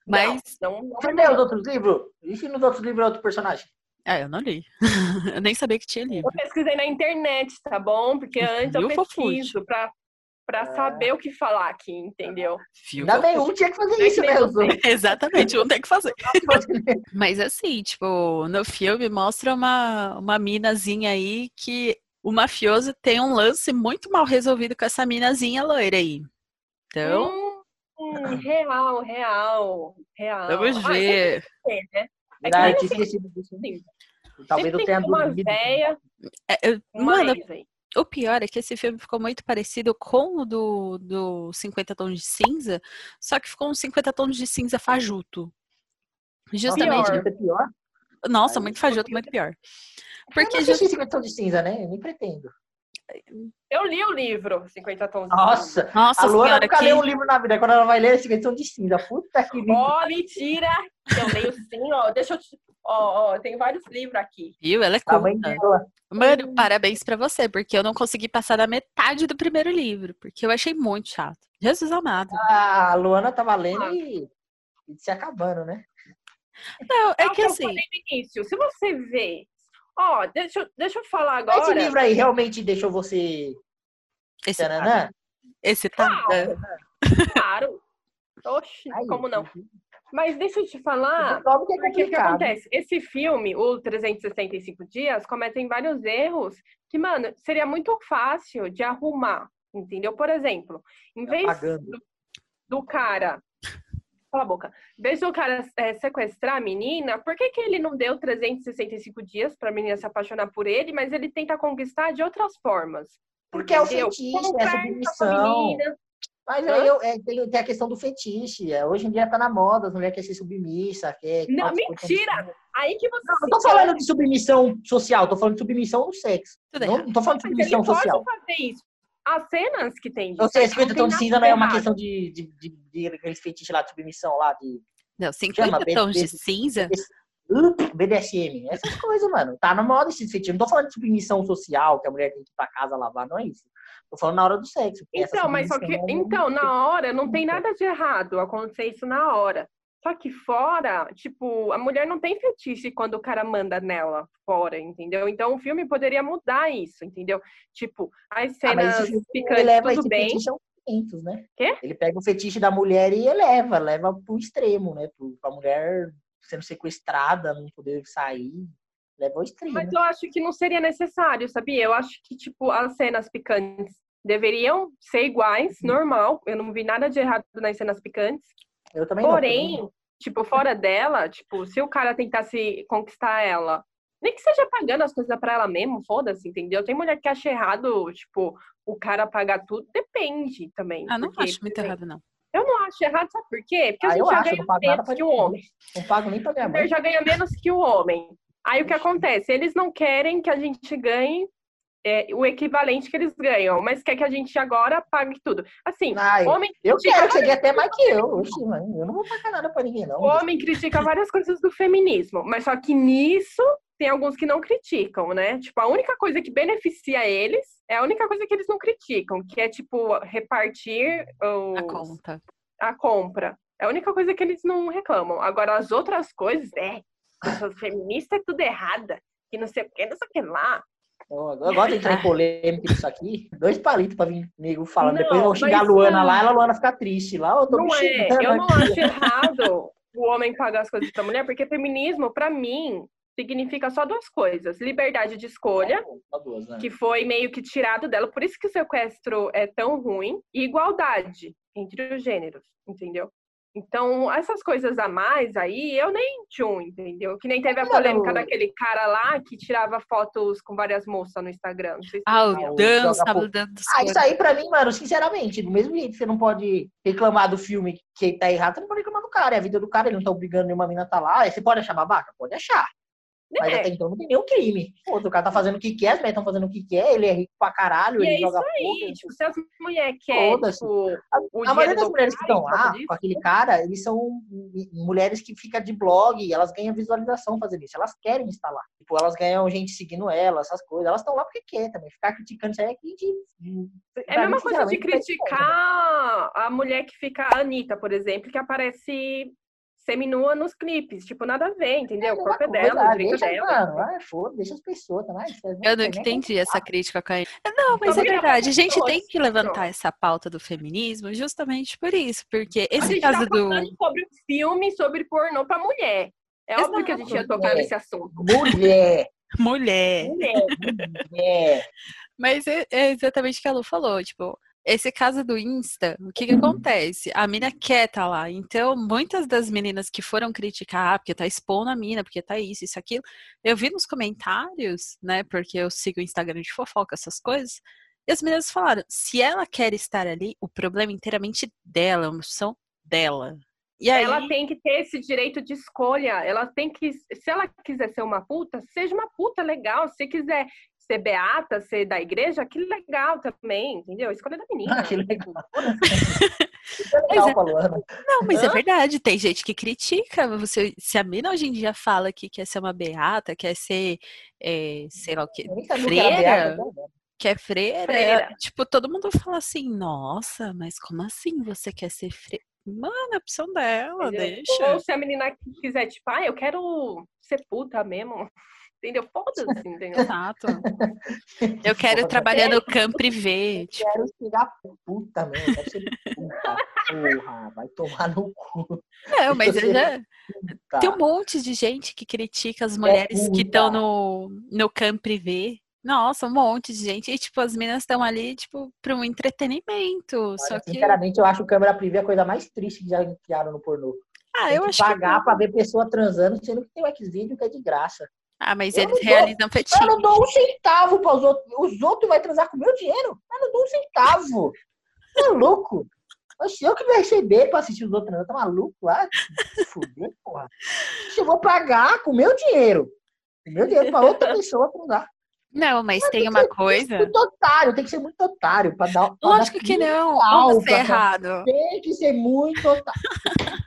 [SPEAKER 2] Mas.
[SPEAKER 1] Não, não
[SPEAKER 3] Você leu os outros livros? E se nos outros livros é outro personagem?
[SPEAKER 2] Ah, eu não li. eu nem sabia que tinha livro.
[SPEAKER 1] eu pesquisei na internet, tá bom? Porque antes eu
[SPEAKER 2] Viu, Ah. Fofute?
[SPEAKER 1] pesquiso pra, pra saber o que falar aqui, entendeu?
[SPEAKER 2] Viu?
[SPEAKER 3] Ainda bem, um tinha que fazer isso, né? Os outros.
[SPEAKER 2] Exatamente, não tem o que fazer. Mas assim, tipo, no filme mostra uma, uma minazinha aí que o mafioso tem um lance muito mal resolvido com essa minazinha loira aí. Então,
[SPEAKER 1] Hum, real, real, real.
[SPEAKER 2] vamos
[SPEAKER 1] Ah,
[SPEAKER 2] ver.
[SPEAKER 1] sempre tem, né? É que
[SPEAKER 3] Ah,
[SPEAKER 1] nem
[SPEAKER 3] eu
[SPEAKER 1] no
[SPEAKER 3] tinha esquecido disso.
[SPEAKER 1] Sim.
[SPEAKER 3] Talvez eu
[SPEAKER 1] sempre
[SPEAKER 3] tenha
[SPEAKER 1] tem uma
[SPEAKER 3] dormido.
[SPEAKER 1] véia,
[SPEAKER 2] É, eu-
[SPEAKER 1] uma
[SPEAKER 2] mano,
[SPEAKER 1] ex aí.
[SPEAKER 2] o pior é que esse filme ficou muito parecido com o do, do 50 Tons de Cinza, só que ficou um 50 Tons de Cinza fajuto. Justamente.
[SPEAKER 1] pior.
[SPEAKER 3] Nossa, é pior.
[SPEAKER 2] Nossa,
[SPEAKER 3] Aí É,
[SPEAKER 2] muito fajuto, muito pior.
[SPEAKER 3] Porque
[SPEAKER 2] Porque
[SPEAKER 3] eu não
[SPEAKER 2] já
[SPEAKER 3] assisti 50 tons de cinza, né? Eu nem pretendo.
[SPEAKER 1] Eu li o livro, 50 Tons de Cinza.
[SPEAKER 3] Nossa,
[SPEAKER 2] Nossa
[SPEAKER 3] a Luana
[SPEAKER 2] senhora,
[SPEAKER 3] nunca
[SPEAKER 2] que...
[SPEAKER 3] leu um livro na vida. Quando ela vai ler, é 50 tons de cinza. Puta que lindo.
[SPEAKER 1] Ó, mentira! Eu leio sim, ó. Deixa eu te. Ó, ó, tem vários livros aqui.
[SPEAKER 2] Viu? Ela é
[SPEAKER 3] A mãe
[SPEAKER 2] culta.
[SPEAKER 3] dela.
[SPEAKER 2] Mano, parabéns pra você, porque eu não consegui passar da metade do primeiro livro, porque eu achei muito chato. Jesus amado.
[SPEAKER 3] Ah, A Luana tava lendo e... e se acabando, né?
[SPEAKER 2] Não, é
[SPEAKER 1] o
[SPEAKER 2] que
[SPEAKER 1] eu
[SPEAKER 2] assim,
[SPEAKER 1] falei no início. Se você vê. Ó, deixa, eu- deixa eu falar agora.
[SPEAKER 3] Esse livro aí realmente deixou você...
[SPEAKER 1] é
[SPEAKER 2] esse tá,
[SPEAKER 3] Tananã? né?
[SPEAKER 2] esse
[SPEAKER 3] Ah,
[SPEAKER 2] tá.
[SPEAKER 1] Claro. Oxi,
[SPEAKER 3] Aí, uhum.
[SPEAKER 1] como não? Mas deixa eu te falar.
[SPEAKER 3] Logo que
[SPEAKER 1] Porque
[SPEAKER 3] é
[SPEAKER 1] o que
[SPEAKER 3] complicado.
[SPEAKER 1] acontece? Esse filme, o 365 Dias, cometem vários erros que, mano, seria muito fácil de arrumar. Entendeu? Por exemplo, em vez
[SPEAKER 3] Apagando.
[SPEAKER 1] do cara. Cala a boca. Em vez do cara eh, sequestrar a menina, por que, que ele não deu 365 dias pra menina se apaixonar por ele, mas ele tenta conquistar de outras formas?
[SPEAKER 3] Porque é o
[SPEAKER 1] Entendeu?
[SPEAKER 3] feitiço, é a
[SPEAKER 1] Conversa com a
[SPEAKER 3] submissão.
[SPEAKER 1] menina.
[SPEAKER 3] Mas aí eu, é, tem, tem a questão do fetiche. é, Hoje em dia tá na moda, as mulheres querem ser submissa, é quer.
[SPEAKER 1] Não,
[SPEAKER 3] quer-
[SPEAKER 1] mentira! Aí que você.
[SPEAKER 3] Não, não tô falando de submissão social, tô falando de submissão no sexo.
[SPEAKER 2] Tudo
[SPEAKER 3] Não,
[SPEAKER 2] errado.
[SPEAKER 3] não tô falando de
[SPEAKER 1] Mas ele
[SPEAKER 3] submissão social.
[SPEAKER 1] pode fazer isso. As cenas que tem disso.
[SPEAKER 3] Eu sei, 50
[SPEAKER 1] tem
[SPEAKER 3] tons de
[SPEAKER 1] nada
[SPEAKER 3] cinza não é uma
[SPEAKER 1] errado.
[SPEAKER 3] questão de, de, de, de aquele fetiche lá, de submissão lá, de
[SPEAKER 2] Não, 50
[SPEAKER 3] bem-
[SPEAKER 2] tons de
[SPEAKER 3] bem-
[SPEAKER 2] cinza?
[SPEAKER 3] uh, BDSM, essas coisas, mano. Tá na moda esse fetiche. Não tô falando de submissão social, que a mulher tem que ir pra casa lavar, não é isso. Tô falando na hora do sexo. porque essa
[SPEAKER 1] Então, mas só que.
[SPEAKER 3] submissão não é um
[SPEAKER 1] Então, na hora, não tem nada de errado acontecer isso na hora. Só que fora, tipo, a mulher não tem fetiche quando o cara manda nela fora, entendeu? Então o filme poderia mudar isso, entendeu? Tipo, as
[SPEAKER 3] Ah, mas
[SPEAKER 1] cenas
[SPEAKER 3] esse filme, ele
[SPEAKER 1] picantes,
[SPEAKER 3] leva
[SPEAKER 1] tudo
[SPEAKER 3] esse
[SPEAKER 1] bem.
[SPEAKER 3] fetiche aos 500, né?
[SPEAKER 1] Quê?
[SPEAKER 3] Ele pega o fetiche da mulher e eleva, leva pro extremo, né? Pro, pra mulher sendo sequestrada, não poder sair, leva ao extremo.
[SPEAKER 1] Mas eu acho que não seria necessário, sabia? Eu acho que, tipo, as cenas picantes deveriam ser iguais, normal. Eu não vi nada de errado nas cenas picantes.
[SPEAKER 3] Eu também não, também
[SPEAKER 1] Porém, tipo, fora dela, tipo, se o cara tentasse conquistar ela, nem que seja pagando as coisas pra ela mesmo, foda-se, entendeu? Tem mulher que acha errado, tipo, o cara pagar tudo, depende também.
[SPEAKER 2] Ah, não
[SPEAKER 1] porque-
[SPEAKER 2] acho muito errado, não.
[SPEAKER 1] Eu não acho errado, sabe por quê? Porque a
[SPEAKER 3] Ah,
[SPEAKER 1] gente
[SPEAKER 3] eu
[SPEAKER 1] já
[SPEAKER 3] acho, eu
[SPEAKER 1] ganha
[SPEAKER 3] não pago nada
[SPEAKER 1] menos
[SPEAKER 3] pra
[SPEAKER 1] que o
[SPEAKER 3] ninguém. É,
[SPEAKER 1] homem.
[SPEAKER 3] não pago nem pra minha
[SPEAKER 1] A mulher
[SPEAKER 3] mãe.
[SPEAKER 1] já ganha menos que o homem. Aí o que acontece? Eles não querem que a gente ganhe é, o equivalente que eles ganham, mas quer que a gente agora pague tudo. Assim,
[SPEAKER 3] Ai,
[SPEAKER 1] homem
[SPEAKER 3] eu
[SPEAKER 1] critica
[SPEAKER 3] quero que você
[SPEAKER 1] várias-
[SPEAKER 3] ganhe até mais que eu. Oxi, mano, eu não vou pagar nada pra ninguém, não.
[SPEAKER 1] o homem critica várias coisas do feminismo, mas só que nisso tem alguns que não criticam, né? Tipo, a única coisa que beneficia eles é a única coisa que eles não criticam, que é tipo repartir os-
[SPEAKER 3] é
[SPEAKER 2] A conta.
[SPEAKER 1] a compra. É a única coisa que eles não reclamam. Agora, as outras coisas, é. Essas feministas é tudo errada. Que não sei o que, não sei o que lá.
[SPEAKER 3] Eu, Então, eu gosto de entrar em polêmica disso aqui. Dois palitos pra vir comigo falando.
[SPEAKER 1] Não,
[SPEAKER 3] Depois vão xingar a
[SPEAKER 1] mas
[SPEAKER 3] Luana
[SPEAKER 1] não.
[SPEAKER 3] lá, ela a Luana fica triste lá. Eu tô
[SPEAKER 1] Não
[SPEAKER 3] me
[SPEAKER 1] é.
[SPEAKER 3] xingando
[SPEAKER 1] Eu não
[SPEAKER 3] aqui.
[SPEAKER 1] acho errado o homem pagar as coisas pra mulher, porque feminismo, pra mim, significa só duas coisas: liberdade de escolha,
[SPEAKER 3] Fabuloso, né?
[SPEAKER 1] que foi meio que tirado dela, por isso que o sequestro é tão ruim, e igualdade entre os gêneros, entendeu? Então, essas coisas a mais aí, eu nem tchum, entendeu? Que nem teve a
[SPEAKER 3] Não,
[SPEAKER 1] polêmica
[SPEAKER 3] não.
[SPEAKER 1] daquele cara lá que tirava fotos com várias moças no Instagram. Não sei se
[SPEAKER 2] Ah,
[SPEAKER 1] vocês
[SPEAKER 2] o
[SPEAKER 1] viram.
[SPEAKER 2] dança,
[SPEAKER 3] joga
[SPEAKER 2] o dança.
[SPEAKER 3] Ah, isso aí pra mim, mano, sinceramente, do mesmo jeito que você não pode reclamar do filme que tá errado, você não pode reclamar do cara. É a vida do cara, ele não tá obrigando nenhuma mina a tá lá. Aí Você pode achar babaca? Pode achar. Mas
[SPEAKER 1] É.
[SPEAKER 3] até então não tem nenhum crime. Pô, o cara tá fazendo o que quer, as mulheres estão fazendo o que quer, ele é rico pra caralho,
[SPEAKER 1] E
[SPEAKER 3] ele
[SPEAKER 1] é
[SPEAKER 3] joga
[SPEAKER 1] isso aí,
[SPEAKER 3] fogo.
[SPEAKER 1] tipo, se as mulheres querem,
[SPEAKER 3] Foda-se.
[SPEAKER 1] tipo, o
[SPEAKER 3] A maioria
[SPEAKER 1] dinheiro
[SPEAKER 3] das
[SPEAKER 1] do
[SPEAKER 3] mulheres que
[SPEAKER 1] cara em
[SPEAKER 3] estão
[SPEAKER 1] troca
[SPEAKER 3] lá
[SPEAKER 1] disso,
[SPEAKER 3] com aquele cara, eles são m- mulheres que ficam de blog, elas ganham visualização fazendo isso, elas querem estar lá. Tipo, elas ganham gente seguindo elas, essas coisas. Elas estão lá porque quer também. Ficar criticando isso aí é que de. de-
[SPEAKER 1] É
[SPEAKER 3] pra
[SPEAKER 1] a mesma
[SPEAKER 3] mim,
[SPEAKER 1] coisa de
[SPEAKER 3] sinceramente, não faz diferença, né?
[SPEAKER 1] criticar a mulher que fica, a Anitta, por exemplo, que aparece seminua nos clipes. Tipo, nada a ver, entendeu? O
[SPEAKER 3] Mesma
[SPEAKER 1] corpo é
[SPEAKER 3] coisa,
[SPEAKER 1] dela, o
[SPEAKER 3] ah,
[SPEAKER 1] direito
[SPEAKER 3] deixa,
[SPEAKER 1] dela. né?
[SPEAKER 3] Mano, ah, foda, deixa as pessoas, tá? mais
[SPEAKER 2] Eu não entendi essa crítica com a Não, mas
[SPEAKER 1] Então,
[SPEAKER 2] é verdade. A gente
[SPEAKER 1] pessoas,
[SPEAKER 2] tem que levantar essa pauta do feminismo justamente por isso, porque
[SPEAKER 1] A
[SPEAKER 2] esse
[SPEAKER 1] gente tá
[SPEAKER 2] caso do.
[SPEAKER 1] falando sobre um filme, sobre pornô pra mulher. É óbvio que a gente ia tocar
[SPEAKER 3] Exato. É.
[SPEAKER 1] nesse assunto.
[SPEAKER 3] Mulher,
[SPEAKER 2] Mulher.
[SPEAKER 1] Mulher.
[SPEAKER 3] mulher.
[SPEAKER 2] Mas é, é exatamente o que a Lu falou, tipo, esse caso do Insta, o que que
[SPEAKER 1] Uhum.
[SPEAKER 2] acontece? A mina quer tá lá, então muitas das meninas que foram criticar, "Ah, porque tá expondo a mina, porque tá isso, isso, aquilo, eu vi nos comentários, né, porque eu sigo o Instagram de fofoca, essas coisas, e as meninas falaram, se ela quer estar ali, o problema é inteiramente dela, é uma opção dela. E aí,
[SPEAKER 1] Ela tem que ter esse direito de escolha. Ela tem que, se ela quiser ser uma puta, seja uma puta legal. Se quiser ser beata, ser da igreja, que legal também, entendeu? Escolha da menina.
[SPEAKER 3] Ah, que legal. Isso é
[SPEAKER 2] Pois
[SPEAKER 3] legal pra Luana.
[SPEAKER 2] Não, mas é
[SPEAKER 1] Hã?
[SPEAKER 2] verdade, tem gente que critica. Você, se a mina hoje em dia fala que quer ser uma beata, quer ser, eh, sei lá o que,
[SPEAKER 3] Eu nem sabia que era
[SPEAKER 2] Freira?
[SPEAKER 3] beata, né?
[SPEAKER 2] quer freira,
[SPEAKER 1] Freira.
[SPEAKER 2] tipo, todo mundo fala assim, nossa, mas como assim você quer ser freira? Mano, é opção dela,
[SPEAKER 1] Entendeu?
[SPEAKER 2] deixa.
[SPEAKER 1] Ou se a menina quiser, tipo, ah, eu quero ser puta mesmo. Entendeu? Foda-se, entendeu?
[SPEAKER 2] Exato. Eu quero trabalhar no campo privê. Tipo,
[SPEAKER 3] Quero tirar puta, meu. eu Quero ser puta. Porra, vai tomar no cu.
[SPEAKER 2] não, mas eu já-
[SPEAKER 3] Tá.
[SPEAKER 2] tem um monte de gente que critica as mulheres que estão no, no campo privê. Nossa, um monte de gente. E, tipo, as meninas estão ali, tipo, para um entretenimento. Só
[SPEAKER 3] Olha,
[SPEAKER 2] que.
[SPEAKER 3] Sinceramente, eu acho câmera privê a coisa mais triste que já criaram no pornô.
[SPEAKER 2] Ah,
[SPEAKER 3] Tem
[SPEAKER 2] eu
[SPEAKER 3] que
[SPEAKER 2] acho que
[SPEAKER 3] pagar pra ver pessoa transando, sendo que tem o Xvideo que é de graça.
[SPEAKER 2] Ah, mas
[SPEAKER 3] Eu
[SPEAKER 2] eles
[SPEAKER 3] não dou-
[SPEAKER 2] realizam fetiche.
[SPEAKER 3] Eu não dou um centavo Ah, para os outros. Os outros vão transar com o meu dinheiro. Eu não dou um centavo. Você é louco? Oxe, eu que vou receber pra assistir os outros, não. Tá maluco lá? Fudeu, porra. Oxe, eu vou pagar com o meu dinheiro. Com o meu dinheiro pra outra pessoa pra dar.
[SPEAKER 4] Não, mas
[SPEAKER 3] Mas
[SPEAKER 4] tem
[SPEAKER 3] que
[SPEAKER 4] uma
[SPEAKER 3] ser
[SPEAKER 4] coisa.
[SPEAKER 2] é.
[SPEAKER 3] Muito otário, tem que ser muito otário pra dar. pra
[SPEAKER 4] Lógico
[SPEAKER 3] dar
[SPEAKER 4] que não.
[SPEAKER 3] real
[SPEAKER 4] Vamos ser
[SPEAKER 3] pra-
[SPEAKER 4] errado.
[SPEAKER 3] Tem que ser muito otário.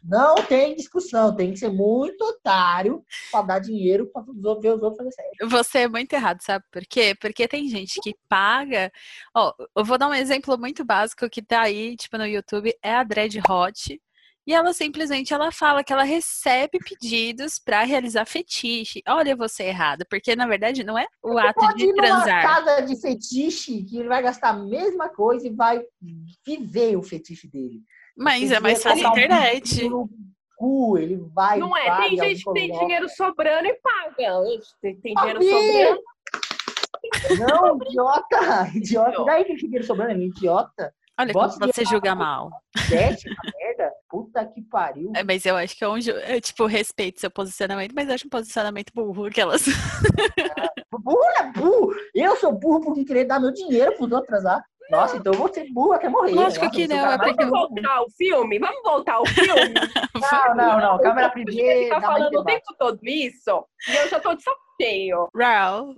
[SPEAKER 3] Não tem discussão, tem que ser muito otário pra dar dinheiro pra os outros- ver os outros fazer sério.
[SPEAKER 2] Você é muito errado, sabe por quê? Porque tem gente que paga. Ó, eu vou dar um exemplo muito básico que tá aí, tipo, no YouTube, é a Dread Hot. E ela simplesmente ela fala que ela recebe pedidos pra realizar fetiche. Olha você errado, porque na verdade não é o ato
[SPEAKER 3] Pode ir
[SPEAKER 2] de
[SPEAKER 3] numa
[SPEAKER 2] transar.
[SPEAKER 3] casa de fetiche que ele vai gastar a mesma coisa e vai viver o fetiche dele.
[SPEAKER 2] Mas
[SPEAKER 3] Ele
[SPEAKER 2] é mais
[SPEAKER 3] vai
[SPEAKER 2] fácil na
[SPEAKER 3] colocar um
[SPEAKER 2] internet.
[SPEAKER 3] bico no cu, ele vai.
[SPEAKER 1] Não é,
[SPEAKER 3] paga,
[SPEAKER 1] tem gente que tem
[SPEAKER 3] coloca.
[SPEAKER 1] dinheiro sobrando e paga. Tem, tem
[SPEAKER 3] Ah,
[SPEAKER 1] dinheiro
[SPEAKER 3] vi!
[SPEAKER 1] sobrando.
[SPEAKER 3] Não, idiota, idiota. E daí que tem dinheiro sobrando, ele é idiota.
[SPEAKER 2] Olha como
[SPEAKER 3] Bota dinheiro
[SPEAKER 2] você julga mal.
[SPEAKER 3] Sete, uma merda. Puta que pariu.
[SPEAKER 2] É, mas eu acho que é um. ju- é, tipo, respeito seu posicionamento, mas eu acho um posicionamento burro aquelas.
[SPEAKER 3] Burro é burro. Eu sou burro por não querer dar meu dinheiro pros outros atrasar. Nossa, então eu vou ser burro até morrer.
[SPEAKER 2] Lógico
[SPEAKER 3] Nossa,
[SPEAKER 2] que
[SPEAKER 3] eu sou o
[SPEAKER 2] não,
[SPEAKER 3] cara
[SPEAKER 2] é
[SPEAKER 3] mais
[SPEAKER 1] Vamos voltar ao filme? Vamos voltar ao filme?
[SPEAKER 3] Não, não, não. Câmera
[SPEAKER 1] A gente tá
[SPEAKER 3] primeira, dá mais
[SPEAKER 1] falando o
[SPEAKER 3] debate.
[SPEAKER 1] tempo todo isso e eu já tô de saco cheio.
[SPEAKER 2] Raul,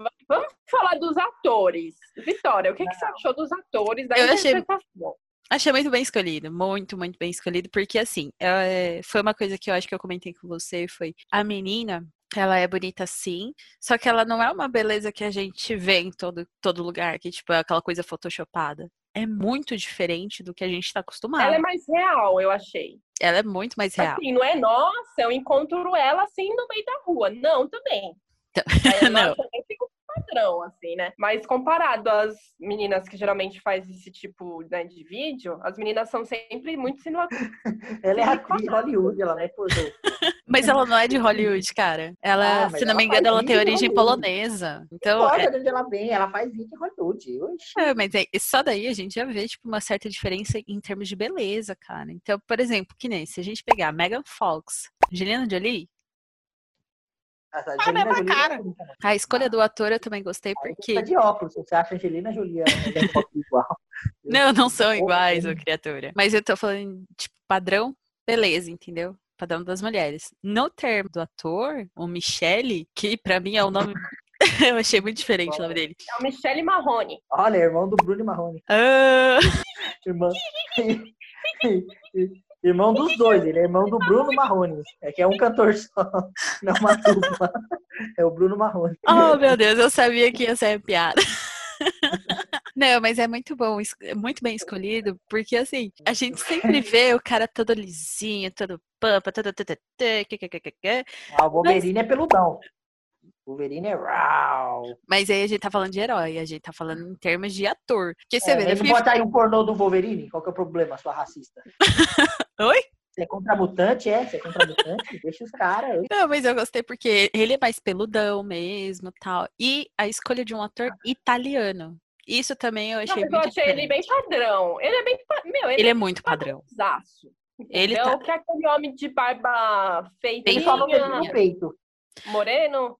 [SPEAKER 1] Falar dos atores. Vitória, o que, que você achou dos atores da
[SPEAKER 2] Eu achei-
[SPEAKER 1] interpretação?
[SPEAKER 2] Achei muito bem escolhido, muito, muito bem escolhido, porque assim, é, foi uma coisa que eu acho que eu comentei com você, foi a menina, ela é bonita sim, só que ela não é uma beleza que a gente vê em todo, todo lugar, que tipo, é aquela coisa photoshopada. É muito diferente do que a gente tá acostumado.
[SPEAKER 1] Ela é mais real, eu achei.
[SPEAKER 2] muito mais real.
[SPEAKER 1] Assim, não é nossa, eu encontro ela assim no meio da rua. Não, também. Aí,
[SPEAKER 2] Tá. Não.
[SPEAKER 1] ela também fica um padrão, assim, né? Mas comparado às meninas que geralmente faz esse tipo né, de vídeo, as meninas são sempre muito sinua-
[SPEAKER 3] Ela é atriz de Hollywood, ela né? vai por
[SPEAKER 2] Mas ela não é de Hollywood, cara. Ela,
[SPEAKER 3] Ah, mas
[SPEAKER 2] se não
[SPEAKER 3] ela
[SPEAKER 2] me engano, ela
[SPEAKER 3] faz
[SPEAKER 2] tem
[SPEAKER 3] vídeo em
[SPEAKER 2] origem
[SPEAKER 3] Hollywood.
[SPEAKER 2] polonesa. Então, é-
[SPEAKER 3] Olha onde ela vem, ela faz vídeo em Hollywood. Oxi.
[SPEAKER 2] É, mas é, só daí a gente já vê, tipo, uma certa diferença em termos de beleza, cara. Então, por exemplo, que nem se a gente pegar Megan Fox, Angelina Jolie,
[SPEAKER 3] Essa
[SPEAKER 2] a
[SPEAKER 3] Angelina
[SPEAKER 2] mesma
[SPEAKER 3] Jolie é
[SPEAKER 2] cara.
[SPEAKER 3] bonita, né?
[SPEAKER 2] a escolha do ator eu também gostei,
[SPEAKER 3] Aí
[SPEAKER 2] porque...
[SPEAKER 3] Tá de óculos, você acha a Angelina Jolie ela é um pouco igual.
[SPEAKER 2] Não, não são iguais, ô
[SPEAKER 3] Porra,
[SPEAKER 2] criatura. Mas eu tô falando, tipo, padrão, beleza, entendeu? Padrão das mulheres. No termo do ator, o Michele, que pra mim é o nome... eu achei muito diferente o nome dele.
[SPEAKER 1] É o Michele Marrone.
[SPEAKER 3] Olha, irmão do Bruno Marrone.
[SPEAKER 2] Ah,
[SPEAKER 3] Irmão... irmão dos dois, ele é irmão do Bruno Marrone. É que é um cantor só, não uma dupla. É o Bruno Marrone.
[SPEAKER 2] Oh, meu Deus, eu sabia que ia ser piada. Não, mas é muito bom, es- é muito bem escolhido, porque assim, a gente sempre vê o cara todo lisinho, todo pampa, todo tê, tê, tê, que, que, que, que, que.
[SPEAKER 3] Ah, o Wolverine é peludão. O Wolverine é rau.
[SPEAKER 2] mas aí a gente tá falando de herói, a gente tá falando em termos de ator. Porque você
[SPEAKER 3] É,
[SPEAKER 2] vê, no
[SPEAKER 3] ele não
[SPEAKER 2] filme,
[SPEAKER 3] bota aí um pornô do Wolverine? Qual que é o problema, sua racista?
[SPEAKER 2] Oi?
[SPEAKER 3] Você é contra mutante, é? Você é contra mutante? Deixa os caras.
[SPEAKER 2] não, mas eu gostei porque ele é mais peludão mesmo, tal. E a escolha de um ator italiano. Isso também eu
[SPEAKER 1] Não,
[SPEAKER 2] achei
[SPEAKER 1] mas eu
[SPEAKER 2] muito
[SPEAKER 1] achei ele
[SPEAKER 2] diferente.
[SPEAKER 1] bem padrão. Ele é bem. pa- Meu, ele,
[SPEAKER 2] Ele é muito padrão.
[SPEAKER 1] é zaço.
[SPEAKER 2] Ele
[SPEAKER 1] é
[SPEAKER 2] tá-
[SPEAKER 1] o que é aquele homem de barba
[SPEAKER 2] Bem
[SPEAKER 3] Ele só não depilou
[SPEAKER 1] feitinha,
[SPEAKER 3] o peito.
[SPEAKER 1] moreno.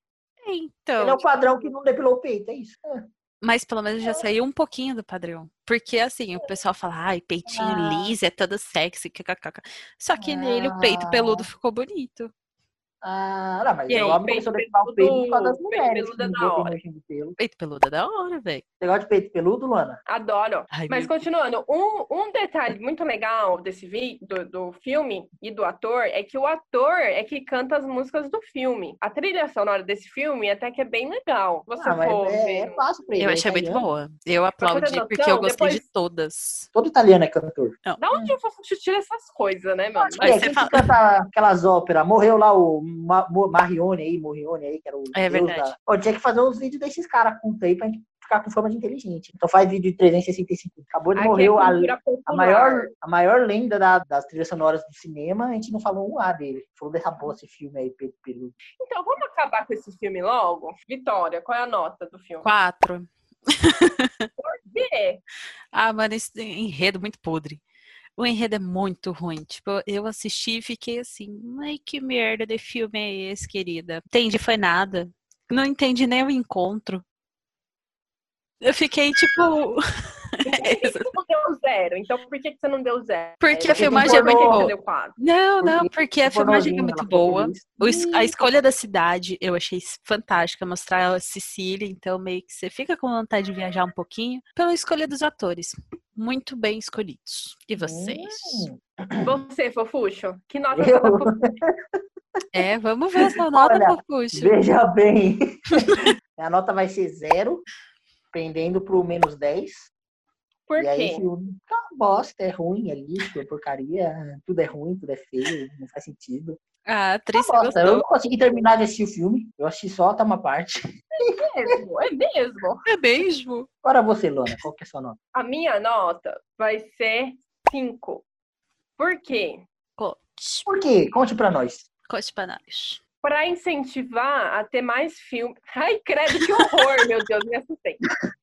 [SPEAKER 2] Então,
[SPEAKER 3] Ele é o padrão que não depilou o peito, é isso.
[SPEAKER 2] Mas pelo menos já saiu um pouquinho do padrão. Porque assim, o pessoal fala, ai, peitinho
[SPEAKER 1] Ah.
[SPEAKER 2] liso, é todo sexy, kkk. Só que nele o peito
[SPEAKER 3] Ah.
[SPEAKER 2] peludo ficou bonito.
[SPEAKER 3] Ah, não, mas
[SPEAKER 2] E aí,
[SPEAKER 3] o homem
[SPEAKER 1] peito
[SPEAKER 3] começou a depilar o peito por causa das
[SPEAKER 1] peludo,
[SPEAKER 3] mulheres.
[SPEAKER 1] peito
[SPEAKER 3] que
[SPEAKER 1] peludo é
[SPEAKER 3] ninguém
[SPEAKER 1] da
[SPEAKER 3] tem
[SPEAKER 1] hora.
[SPEAKER 3] nojo de pelo.
[SPEAKER 2] Peito peludo é da hora, velho.
[SPEAKER 3] Você gosta de peito peludo, Luana?
[SPEAKER 1] Adoro.
[SPEAKER 2] Ai,
[SPEAKER 1] Mas
[SPEAKER 2] meu-
[SPEAKER 1] continuando, um, um detalhe muito legal desse vi, do, do filme e do ator é que o ator é que canta as músicas do filme. A trilha sonora desse filme até que é bem legal. Você
[SPEAKER 3] Ah, mas
[SPEAKER 1] for
[SPEAKER 3] é,
[SPEAKER 1] ver.
[SPEAKER 3] é fácil pra ele.
[SPEAKER 2] Eu
[SPEAKER 3] é
[SPEAKER 2] achei muito
[SPEAKER 3] italiano.
[SPEAKER 2] boa. Eu
[SPEAKER 1] ter
[SPEAKER 2] aplaudi porque eu
[SPEAKER 1] noção,
[SPEAKER 2] gostei de
[SPEAKER 1] depois-
[SPEAKER 2] todas.
[SPEAKER 3] Todo italiano é cantor.
[SPEAKER 1] Da onde eu faço tirar essas coisas, né, mano?
[SPEAKER 2] Aí
[SPEAKER 3] Aí
[SPEAKER 2] você
[SPEAKER 3] quem
[SPEAKER 2] fala-
[SPEAKER 3] que canta aquelas óperas? Morreu lá o Ma- Mo- Marione aí, Morrione aí, que era o
[SPEAKER 2] É
[SPEAKER 3] deus
[SPEAKER 2] verdade.
[SPEAKER 3] da- Ó, tinha que fazer uns vídeos desses caras cultos aí pra gente ficar com fama de inteligente. Então faz vídeo de 365. Acabou de
[SPEAKER 1] Aqui é
[SPEAKER 3] morrer a,
[SPEAKER 1] cultura
[SPEAKER 3] a
[SPEAKER 1] popular.
[SPEAKER 3] maior, a maior lenda da- das trilhas sonoras do cinema, a gente não falou um A dele. Falou dessa boa esse filme aí, Pedro Peludo.
[SPEAKER 1] Então, vamos acabar com esse filme logo? Vitória, qual é a nota do filme?
[SPEAKER 2] Quatro.
[SPEAKER 1] Vê.
[SPEAKER 2] Ah, mano, esse enredo é muito podre. O enredo é muito ruim. Tipo, eu assisti e fiquei assim, ai, que merda de filme é esse, querida? Entendi, foi nada. Não entendi nem o encontro. Eu fiquei tipo.
[SPEAKER 1] Por que que o Deus zero. Então por que, que você não deu zero?
[SPEAKER 2] Porque
[SPEAKER 1] Você
[SPEAKER 2] a filmagem é
[SPEAKER 1] concordou, por
[SPEAKER 2] muito
[SPEAKER 1] que que
[SPEAKER 2] boa.
[SPEAKER 1] você deu quatro?
[SPEAKER 2] Não, não,
[SPEAKER 3] Porque
[SPEAKER 2] porque a
[SPEAKER 3] ficou
[SPEAKER 2] filmagem é
[SPEAKER 3] novinha,
[SPEAKER 2] muito
[SPEAKER 3] ela ficou
[SPEAKER 2] boa.
[SPEAKER 3] feliz.
[SPEAKER 2] O es- a escolha da cidade eu achei s- fantástica, mostrar a Sicília, então meio que você fica com vontade de viajar um pouquinho pela escolha dos atores. Muito bem escolhidos. E vocês?
[SPEAKER 3] Hum.
[SPEAKER 1] Você, Fofuxo, que nota você
[SPEAKER 3] Eu?
[SPEAKER 1] tá dá pro
[SPEAKER 2] É, vamos ver essa nota,
[SPEAKER 3] Olha,
[SPEAKER 2] Fofuxo.
[SPEAKER 3] Veja bem. a nota vai ser zero, pendendo pro menos 10.
[SPEAKER 1] Por
[SPEAKER 3] e aí,
[SPEAKER 1] quê?
[SPEAKER 3] se o tá uma bosta, é ruim, é lixo, é porcaria, tudo é ruim, tudo é feio, não faz sentido.
[SPEAKER 2] A atriz
[SPEAKER 3] Uma bosta, eu
[SPEAKER 2] gostou.
[SPEAKER 3] não consegui terminar de assistir o filme, eu assisti só até uma parte.
[SPEAKER 1] É mesmo, é mesmo.
[SPEAKER 2] É mesmo?
[SPEAKER 3] Agora você, Lona, qual que é a sua nota?
[SPEAKER 1] A minha nota vai ser cinco. Por quê?
[SPEAKER 2] Conte,
[SPEAKER 3] Por quê? Conte pra nós.
[SPEAKER 2] conte pra nós.
[SPEAKER 1] Pra incentivar a ter mais filmes. Ai, credo, que horror, meu Deus, me assustei.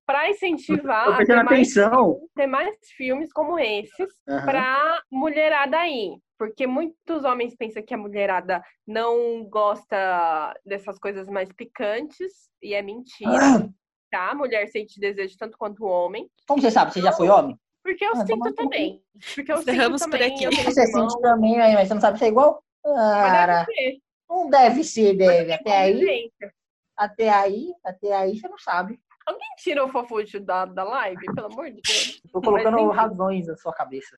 [SPEAKER 1] Pra incentivar
[SPEAKER 3] Tô
[SPEAKER 1] a ter
[SPEAKER 3] prestando
[SPEAKER 1] Ah, mais,
[SPEAKER 3] atenção.
[SPEAKER 1] ter mais filmes como esses,
[SPEAKER 3] Aham.
[SPEAKER 1] pra mulherada aí. Porque muitos homens pensam que a mulherada não gosta dessas coisas mais picantes, e é mentira,
[SPEAKER 3] Ah,
[SPEAKER 1] tá? A mulher sente desejo tanto quanto o homem.
[SPEAKER 3] Como você sabe? Você já foi homem?
[SPEAKER 1] Porque eu
[SPEAKER 3] Ah,
[SPEAKER 1] sinto
[SPEAKER 3] vamos-
[SPEAKER 1] também. Porque eu sinto
[SPEAKER 2] Encerramos por
[SPEAKER 1] também.
[SPEAKER 2] aqui.
[SPEAKER 1] Eu tenho
[SPEAKER 3] Você
[SPEAKER 1] irmão,
[SPEAKER 3] sente também, aí, mas você não sabe se é igual?
[SPEAKER 1] mas
[SPEAKER 3] Cara,
[SPEAKER 1] deve ser,
[SPEAKER 3] não deve ser, deve. Até aí,
[SPEAKER 1] convivência.
[SPEAKER 3] até aí, até aí você não sabe.
[SPEAKER 1] Alguém tirou o fofucho da, da live, pelo amor de Deus.
[SPEAKER 3] Tô
[SPEAKER 1] Mas,
[SPEAKER 3] colocando
[SPEAKER 1] enfim.
[SPEAKER 3] razões na sua cabeça.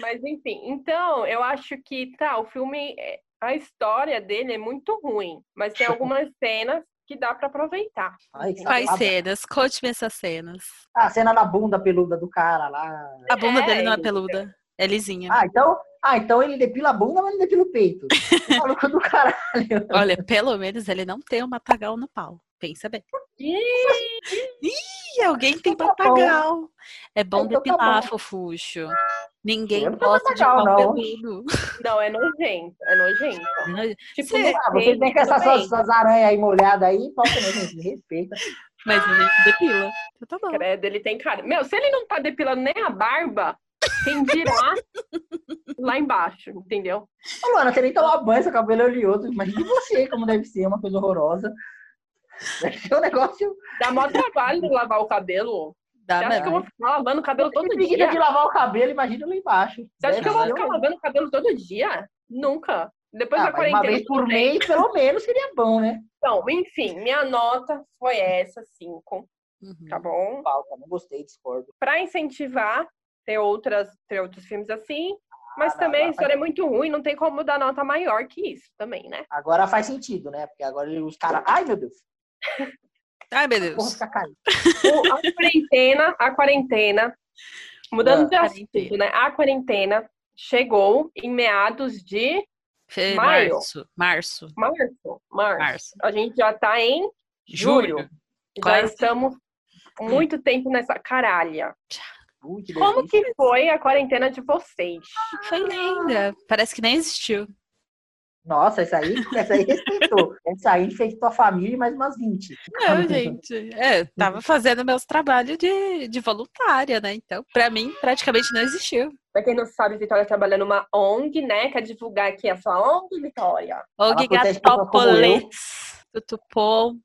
[SPEAKER 1] Mas enfim, então eu acho que tá, o filme, é- a história dele é muito ruim, mas tem algumas cenas que dá pra aproveitar.
[SPEAKER 3] Ai, que
[SPEAKER 2] Quais
[SPEAKER 3] safada.
[SPEAKER 2] cenas? Conte-me essas cenas.
[SPEAKER 3] Ah, a cena da bunda peluda do cara lá.
[SPEAKER 2] A bunda
[SPEAKER 1] É,
[SPEAKER 2] dele não é
[SPEAKER 1] isso.
[SPEAKER 2] peluda, é lisinha.
[SPEAKER 3] Ah, então, ah, então ele depila a bunda, mas não depila o peito. Que Maluco do caralho.
[SPEAKER 2] Olha, pelo menos ele não tem um matagal no pau. Pensa bem.
[SPEAKER 1] Ih,
[SPEAKER 2] Ih, alguém tem
[SPEAKER 3] Então tá bom.
[SPEAKER 2] matagal. É bom
[SPEAKER 3] Então tá
[SPEAKER 2] depilar,
[SPEAKER 3] bom.
[SPEAKER 2] fofuxo. Ninguém
[SPEAKER 3] Eu não tenho
[SPEAKER 2] gosta de
[SPEAKER 3] matagal,
[SPEAKER 2] pau
[SPEAKER 3] não.
[SPEAKER 2] peludo.
[SPEAKER 1] Não, é nojento, é nojento. Tipo,
[SPEAKER 2] Cê-
[SPEAKER 1] não
[SPEAKER 3] Ah, vocês
[SPEAKER 1] sei,
[SPEAKER 3] têm com essas
[SPEAKER 1] tudo
[SPEAKER 3] suas,
[SPEAKER 1] bem.
[SPEAKER 3] suas aranhas aí molhadas aí, pode também, gente, me respeita.
[SPEAKER 2] Mas a gente depila. Então tá bom.
[SPEAKER 1] Credo, ele tem cara. Meu, se ele não tá depilando nem a barba, quem dirá lá embaixo, entendeu?
[SPEAKER 3] Ô, Luana, você nem tomar banho, seu cabelo é oleoso. Imagina você como deve ser, uma coisa horrorosa. Deve ser um negócio.
[SPEAKER 1] Dá mó trabalho lavar o cabelo.
[SPEAKER 2] Dá
[SPEAKER 1] Você acha que eu
[SPEAKER 2] mesmo.
[SPEAKER 1] vou ficar lavando o cabelo todo
[SPEAKER 3] Tem preguiça
[SPEAKER 1] dia?
[SPEAKER 3] de lavar o cabelo, imagina lá embaixo.
[SPEAKER 1] Você acha que eu vou
[SPEAKER 3] Deve ser
[SPEAKER 1] ficar
[SPEAKER 3] um-
[SPEAKER 1] lavando o cabelo todo dia? Nunca. Depois
[SPEAKER 3] Ah,
[SPEAKER 1] da
[SPEAKER 3] mas
[SPEAKER 1] quarentena.
[SPEAKER 3] uma vez por
[SPEAKER 1] tudo bem.
[SPEAKER 3] mês, pelo menos, seria bom, né?
[SPEAKER 1] Então, enfim, minha nota foi essa, 5,
[SPEAKER 2] Uhum.
[SPEAKER 1] tá bom?
[SPEAKER 3] Falta, não gostei, discordo.
[SPEAKER 1] Pra incentivar ter, outras, ter outros filmes assim, mas
[SPEAKER 3] Ah, não,
[SPEAKER 1] também a
[SPEAKER 3] agora
[SPEAKER 1] história é muito ruim, não tem como dar nota maior que isso também, né?
[SPEAKER 3] Agora faz sentido, né? Porque agora os caras. Ai, meu Deus!
[SPEAKER 2] Ai, meu
[SPEAKER 3] Porra,
[SPEAKER 2] Deus.
[SPEAKER 3] fica caindo.
[SPEAKER 1] O- a quarentena, a quarentena, mudando
[SPEAKER 3] Ah,
[SPEAKER 1] de assunto,
[SPEAKER 2] quarentena.
[SPEAKER 1] né? A quarentena chegou em meados de
[SPEAKER 2] Fe-
[SPEAKER 1] Maio.
[SPEAKER 2] Março. Março.
[SPEAKER 1] março. Março.
[SPEAKER 2] Março.
[SPEAKER 1] A gente já tá em julho. Já
[SPEAKER 2] Quase.
[SPEAKER 1] estamos muito tempo nessa caralha.
[SPEAKER 3] Ui, que
[SPEAKER 1] Como
[SPEAKER 3] delícia.
[SPEAKER 1] que foi a quarentena de vocês?
[SPEAKER 2] Foi linda. Parece que nem existiu.
[SPEAKER 3] Nossa, essa aí, essa aí respeitou. Essa aí infectou a família e mais umas 20.
[SPEAKER 2] Não, gente. É, eu tava fazendo meus trabalhos de, de voluntária, né? Então, pra mim, praticamente não existiu.
[SPEAKER 1] Pra quem não sabe, Vitória trabalha numa ONG, né? Quer divulgar aqui a sua ONG, Vitória?
[SPEAKER 3] protege pessoas como eu.
[SPEAKER 2] Obrigatopoletes. Tutupom.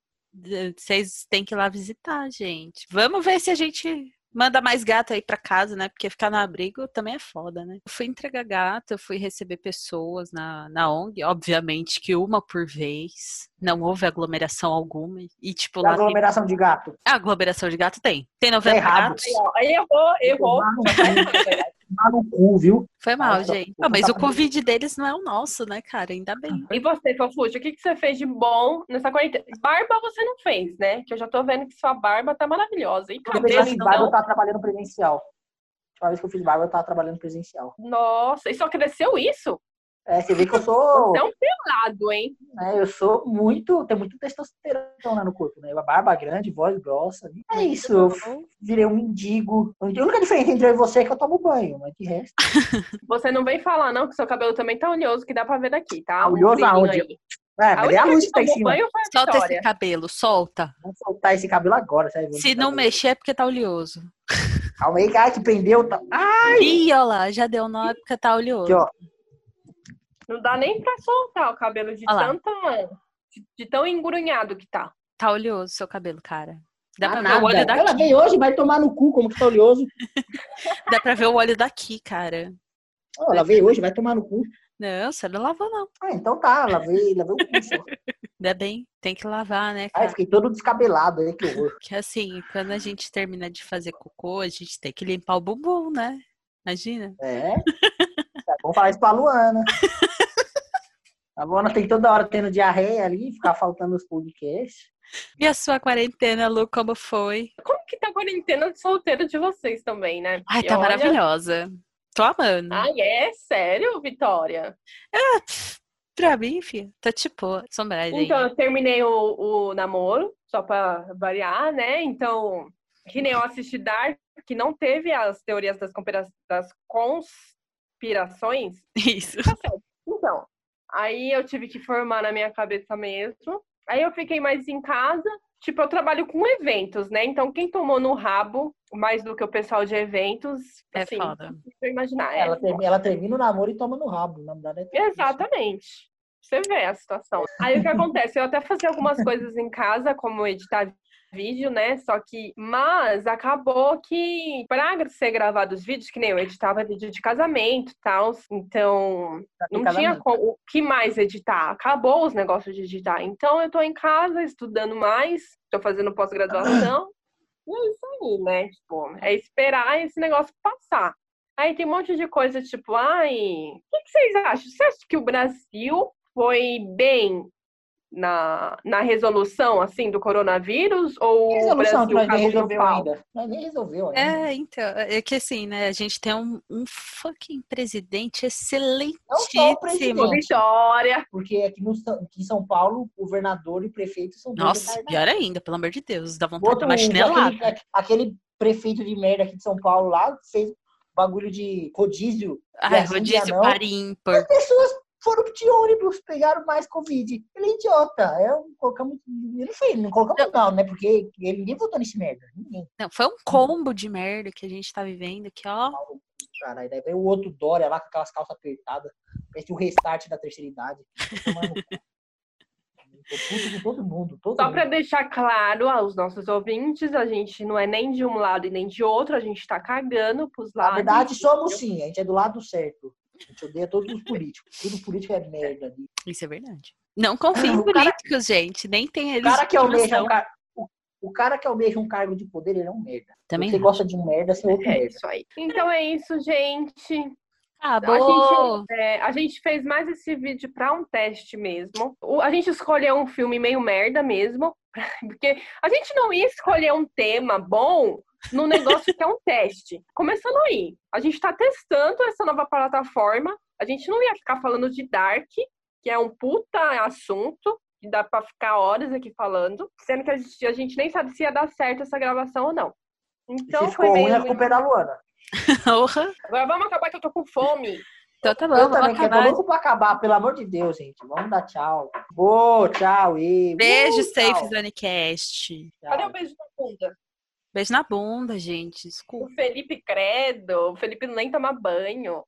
[SPEAKER 2] Vocês têm que ir lá visitar, gente. Vamos ver se a gente manda mais gato aí pra casa, né? Porque ficar no abrigo também é foda, né? Eu fui entregar gato, eu fui receber pessoas na, na ONG. Obviamente que uma por vez. Não houve aglomeração alguma. E, tipo,
[SPEAKER 3] Da
[SPEAKER 2] lá tem...
[SPEAKER 3] aglomeração de gato.
[SPEAKER 2] A aglomeração de gato tem. Tem 90
[SPEAKER 3] errado.
[SPEAKER 2] gatos.
[SPEAKER 1] Aí, ó, aí errou, errou.
[SPEAKER 3] Tomar no cu, tomar no cu, viu?
[SPEAKER 2] Foi mal,
[SPEAKER 3] Nossa,
[SPEAKER 2] gente.
[SPEAKER 3] vou
[SPEAKER 2] Ah, mas
[SPEAKER 3] contar
[SPEAKER 2] o
[SPEAKER 3] pra
[SPEAKER 2] Covid deles não é o nosso, né, cara? Ainda bem.
[SPEAKER 1] E você, Fofuxa, o que, que você fez de bom nessa quarentena? Barba você não fez, né? Que eu já tô vendo que sua barba tá maravilhosa. E
[SPEAKER 3] Quando eu
[SPEAKER 1] cabelo,
[SPEAKER 3] fiz
[SPEAKER 2] não.
[SPEAKER 3] barba, eu
[SPEAKER 1] então?
[SPEAKER 3] tava trabalhando presencial. A última vez que eu fiz barba, eu tava trabalhando presencial.
[SPEAKER 1] Nossa, e só cresceu isso?
[SPEAKER 3] É, você vê que eu sou.
[SPEAKER 1] Você é um pelado, hein?
[SPEAKER 3] né, eu sou muito. Tem muito testosterona no corpo, né? Uma barba grande, voz grossa. É isso, eu virei um mendigo. A única diferença entre eu e você é que eu tomo banho, mas de resto.
[SPEAKER 1] Você não vem falar, não, que seu cabelo também tá oleoso, que dá pra ver daqui, tá?
[SPEAKER 3] Ah, oleoso
[SPEAKER 1] brilhinho
[SPEAKER 3] aonde?
[SPEAKER 1] aí.
[SPEAKER 3] É,
[SPEAKER 1] A
[SPEAKER 3] mas é a
[SPEAKER 1] única
[SPEAKER 3] luz
[SPEAKER 1] que
[SPEAKER 3] que tá em
[SPEAKER 1] tomou
[SPEAKER 3] cima.
[SPEAKER 1] banho foi a
[SPEAKER 2] Solta esse
[SPEAKER 1] Ah, Vitória.
[SPEAKER 2] cabelo, solta.
[SPEAKER 3] Vamos soltar esse cabelo agora, sabe?
[SPEAKER 2] Se não mexer é porque tá oleoso.
[SPEAKER 3] Calma aí, cara, que prendeu. Tá... Ah,
[SPEAKER 2] Ih, olha lá, já deu nó é porque tá oleoso.
[SPEAKER 3] aqui, ó.
[SPEAKER 1] Não dá nem pra soltar o cabelo de
[SPEAKER 2] Olha lá.
[SPEAKER 1] tanta. De, de tão engrunhado que tá.
[SPEAKER 2] Tá oleoso seu cabelo, cara. Dá pra ver o
[SPEAKER 3] Nada.
[SPEAKER 2] olho daqui.
[SPEAKER 3] Ela veio hoje, vai tomar no cu, como que tá oleoso.
[SPEAKER 2] Dá pra ver o olho daqui, cara.
[SPEAKER 3] Ó, ela veio hoje, vai tomar no cu.
[SPEAKER 2] Não, você não lavou, não.
[SPEAKER 3] Ah, então tá, lavei, lavei o cu. só.
[SPEAKER 2] Ainda bem, tem que lavar, né,
[SPEAKER 3] Ai,
[SPEAKER 2] cara?
[SPEAKER 3] Ah, fiquei todo descabelado aí, que horror.
[SPEAKER 2] Porque assim, quando a gente termina de fazer cocô, a gente tem que limpar o bumbum, né? Imagina.
[SPEAKER 3] É? Tá bom falar isso pra Luana. A Luana tem toda hora tendo diarreia ali, ficar faltando os podcasts.
[SPEAKER 2] E a sua quarentena, Lu, como foi?
[SPEAKER 1] Como que tá a quarentena de solteiro de vocês também, né?
[SPEAKER 2] Ai, Ah.
[SPEAKER 1] Porque
[SPEAKER 2] tá
[SPEAKER 1] olha-
[SPEAKER 2] maravilhosa. Tô amando.
[SPEAKER 1] Ai, é? Sério, Vitória?
[SPEAKER 2] Ah, pff, pra mim, filha, tá tipo, sombragem.
[SPEAKER 1] Então, eu terminei o, o namoro, só pra variar, né? Então, que nem eu assisti Dark, que não teve as teorias das, conspira- das conspirações.
[SPEAKER 2] Isso.
[SPEAKER 1] Tá certo. Então, aí eu tive que formar na minha cabeça mesmo. Aí eu fiquei mais em casa. Tipo, eu trabalho com eventos, né? Então, quem tomou no rabo mais do que o pessoal de eventos,
[SPEAKER 2] É
[SPEAKER 1] assim,
[SPEAKER 2] foda.
[SPEAKER 1] eu imaginar.
[SPEAKER 3] Ela,
[SPEAKER 1] é,
[SPEAKER 3] termi- ela termina o namoro e toma no rabo. Na verdade, é tudo isso.
[SPEAKER 1] Exatamente. Você vê a situação. Aí o que acontece? Eu até fazia algumas coisas em casa, como editar vídeo, né? Só que, mas acabou que pra ser gravado os vídeos, que nem eu editava vídeo de casamento e tal. Então,
[SPEAKER 3] Tá
[SPEAKER 1] não
[SPEAKER 3] ficando
[SPEAKER 1] tinha
[SPEAKER 3] amigo.
[SPEAKER 1] como, o que mais editar. Acabou os negócios de editar. Então eu tô em casa estudando mais, tô fazendo pós-graduação. e é isso aí, né? Tipo, é esperar esse negócio passar. Aí tem um monte de coisa, tipo, ai, o que, que vocês acham? Você acha que o Brasil foi bem na, na resolução, assim, do coronavírus? Ou
[SPEAKER 3] Que
[SPEAKER 1] o
[SPEAKER 3] resolução que
[SPEAKER 1] Brasil
[SPEAKER 3] nós nem
[SPEAKER 1] cagou no
[SPEAKER 3] resolveu
[SPEAKER 1] pau?
[SPEAKER 3] ainda. Nós nem resolveu ainda.
[SPEAKER 2] É, então, é que assim, né? A gente tem um, um fucking presidente
[SPEAKER 3] o presidente. né,
[SPEAKER 2] excelentíssimo.
[SPEAKER 1] Vitória!
[SPEAKER 3] Porque aqui, no, Sa- aqui em São Paulo, governador e prefeito são dois
[SPEAKER 2] Nossa,
[SPEAKER 3] retardados.
[SPEAKER 2] pior ainda, pelo amor de Deus, dá vontade de
[SPEAKER 3] Outro, né,
[SPEAKER 2] tomar chinelada.
[SPEAKER 3] aquele, um aquele prefeito de merda aqui de São Paulo lá fez bagulho de rodízio.
[SPEAKER 2] Ai,
[SPEAKER 3] assim,
[SPEAKER 2] rodízio
[SPEAKER 3] anão.
[SPEAKER 2] par ímpar.
[SPEAKER 3] Pessoas foram de ônibus, pegaram mais Covid. Ele é idiota. É um, colocamos, eu não sei, não colocamos não, né? Porque ele, ninguém votou nesse merda. Ninguém.
[SPEAKER 2] Não, foi um combo de merda que a gente tá vivendo que ó.
[SPEAKER 3] Caralho, daí veio o outro Dória lá com aquelas calças apertadas. Parece o restart da terceira idade. Tô tomando no cu. Tô puto com todo mundo. Todo
[SPEAKER 1] Só
[SPEAKER 3] mundo.
[SPEAKER 1] para deixar claro aos nossos ouvintes, a gente não é nem de um lado e nem de outro, a gente tá cagando pros
[SPEAKER 3] Na
[SPEAKER 1] lados.
[SPEAKER 3] verdade, somos sim, a gente é do lado certo. A gente odeia todos os políticos. Tudo político é merda.
[SPEAKER 2] Isso é verdade. Não confia em
[SPEAKER 3] O cara-
[SPEAKER 2] políticos, gente. Nem tem
[SPEAKER 3] O
[SPEAKER 2] eles.
[SPEAKER 3] cara que almeja um
[SPEAKER 2] noção.
[SPEAKER 3] car... o- o cara que almeja um cargo de poder, ele é um merda.
[SPEAKER 2] Também.
[SPEAKER 3] você
[SPEAKER 2] não.
[SPEAKER 3] gosta de um merda, você é outro
[SPEAKER 1] É
[SPEAKER 3] merda.
[SPEAKER 1] isso aí. Então é isso, gente.
[SPEAKER 2] Acabou.
[SPEAKER 1] É, a gente fez mais esse vídeo para um teste mesmo. O- a gente escolheu um filme meio merda mesmo, porque a gente não ia escolher um tema bom num negócio que é um teste. Começando aí, a gente está testando essa nova plataforma. A gente não ia ficar falando de Dark, que é um puta assunto. Que dá pra ficar horas aqui falando, sendo que a gente, a gente nem sabe se ia dar certo essa gravação ou não.
[SPEAKER 3] E
[SPEAKER 1] Então
[SPEAKER 3] se
[SPEAKER 1] foi
[SPEAKER 3] ficou ruim,
[SPEAKER 2] né?
[SPEAKER 1] meio.
[SPEAKER 3] é culpa da Luana.
[SPEAKER 2] Porra.
[SPEAKER 1] Agora vamos acabar que eu tô com fome.
[SPEAKER 2] Então tá bom,
[SPEAKER 3] né? Eu
[SPEAKER 2] vamos
[SPEAKER 3] também é quero
[SPEAKER 2] acabar.
[SPEAKER 3] louco pra acabar, pelo amor de Deus, gente. Vamos dar tchau. Boa, tchau. E...
[SPEAKER 2] Beijo,
[SPEAKER 3] Uh,
[SPEAKER 2] Safe
[SPEAKER 3] tchau,
[SPEAKER 2] Zonecast.
[SPEAKER 1] Cadê o
[SPEAKER 3] tchau.
[SPEAKER 1] beijo na bunda?
[SPEAKER 2] Beijo na bunda, gente.
[SPEAKER 1] O
[SPEAKER 2] Desculpa.
[SPEAKER 1] Felipe Credo, o Felipe nem toma banho.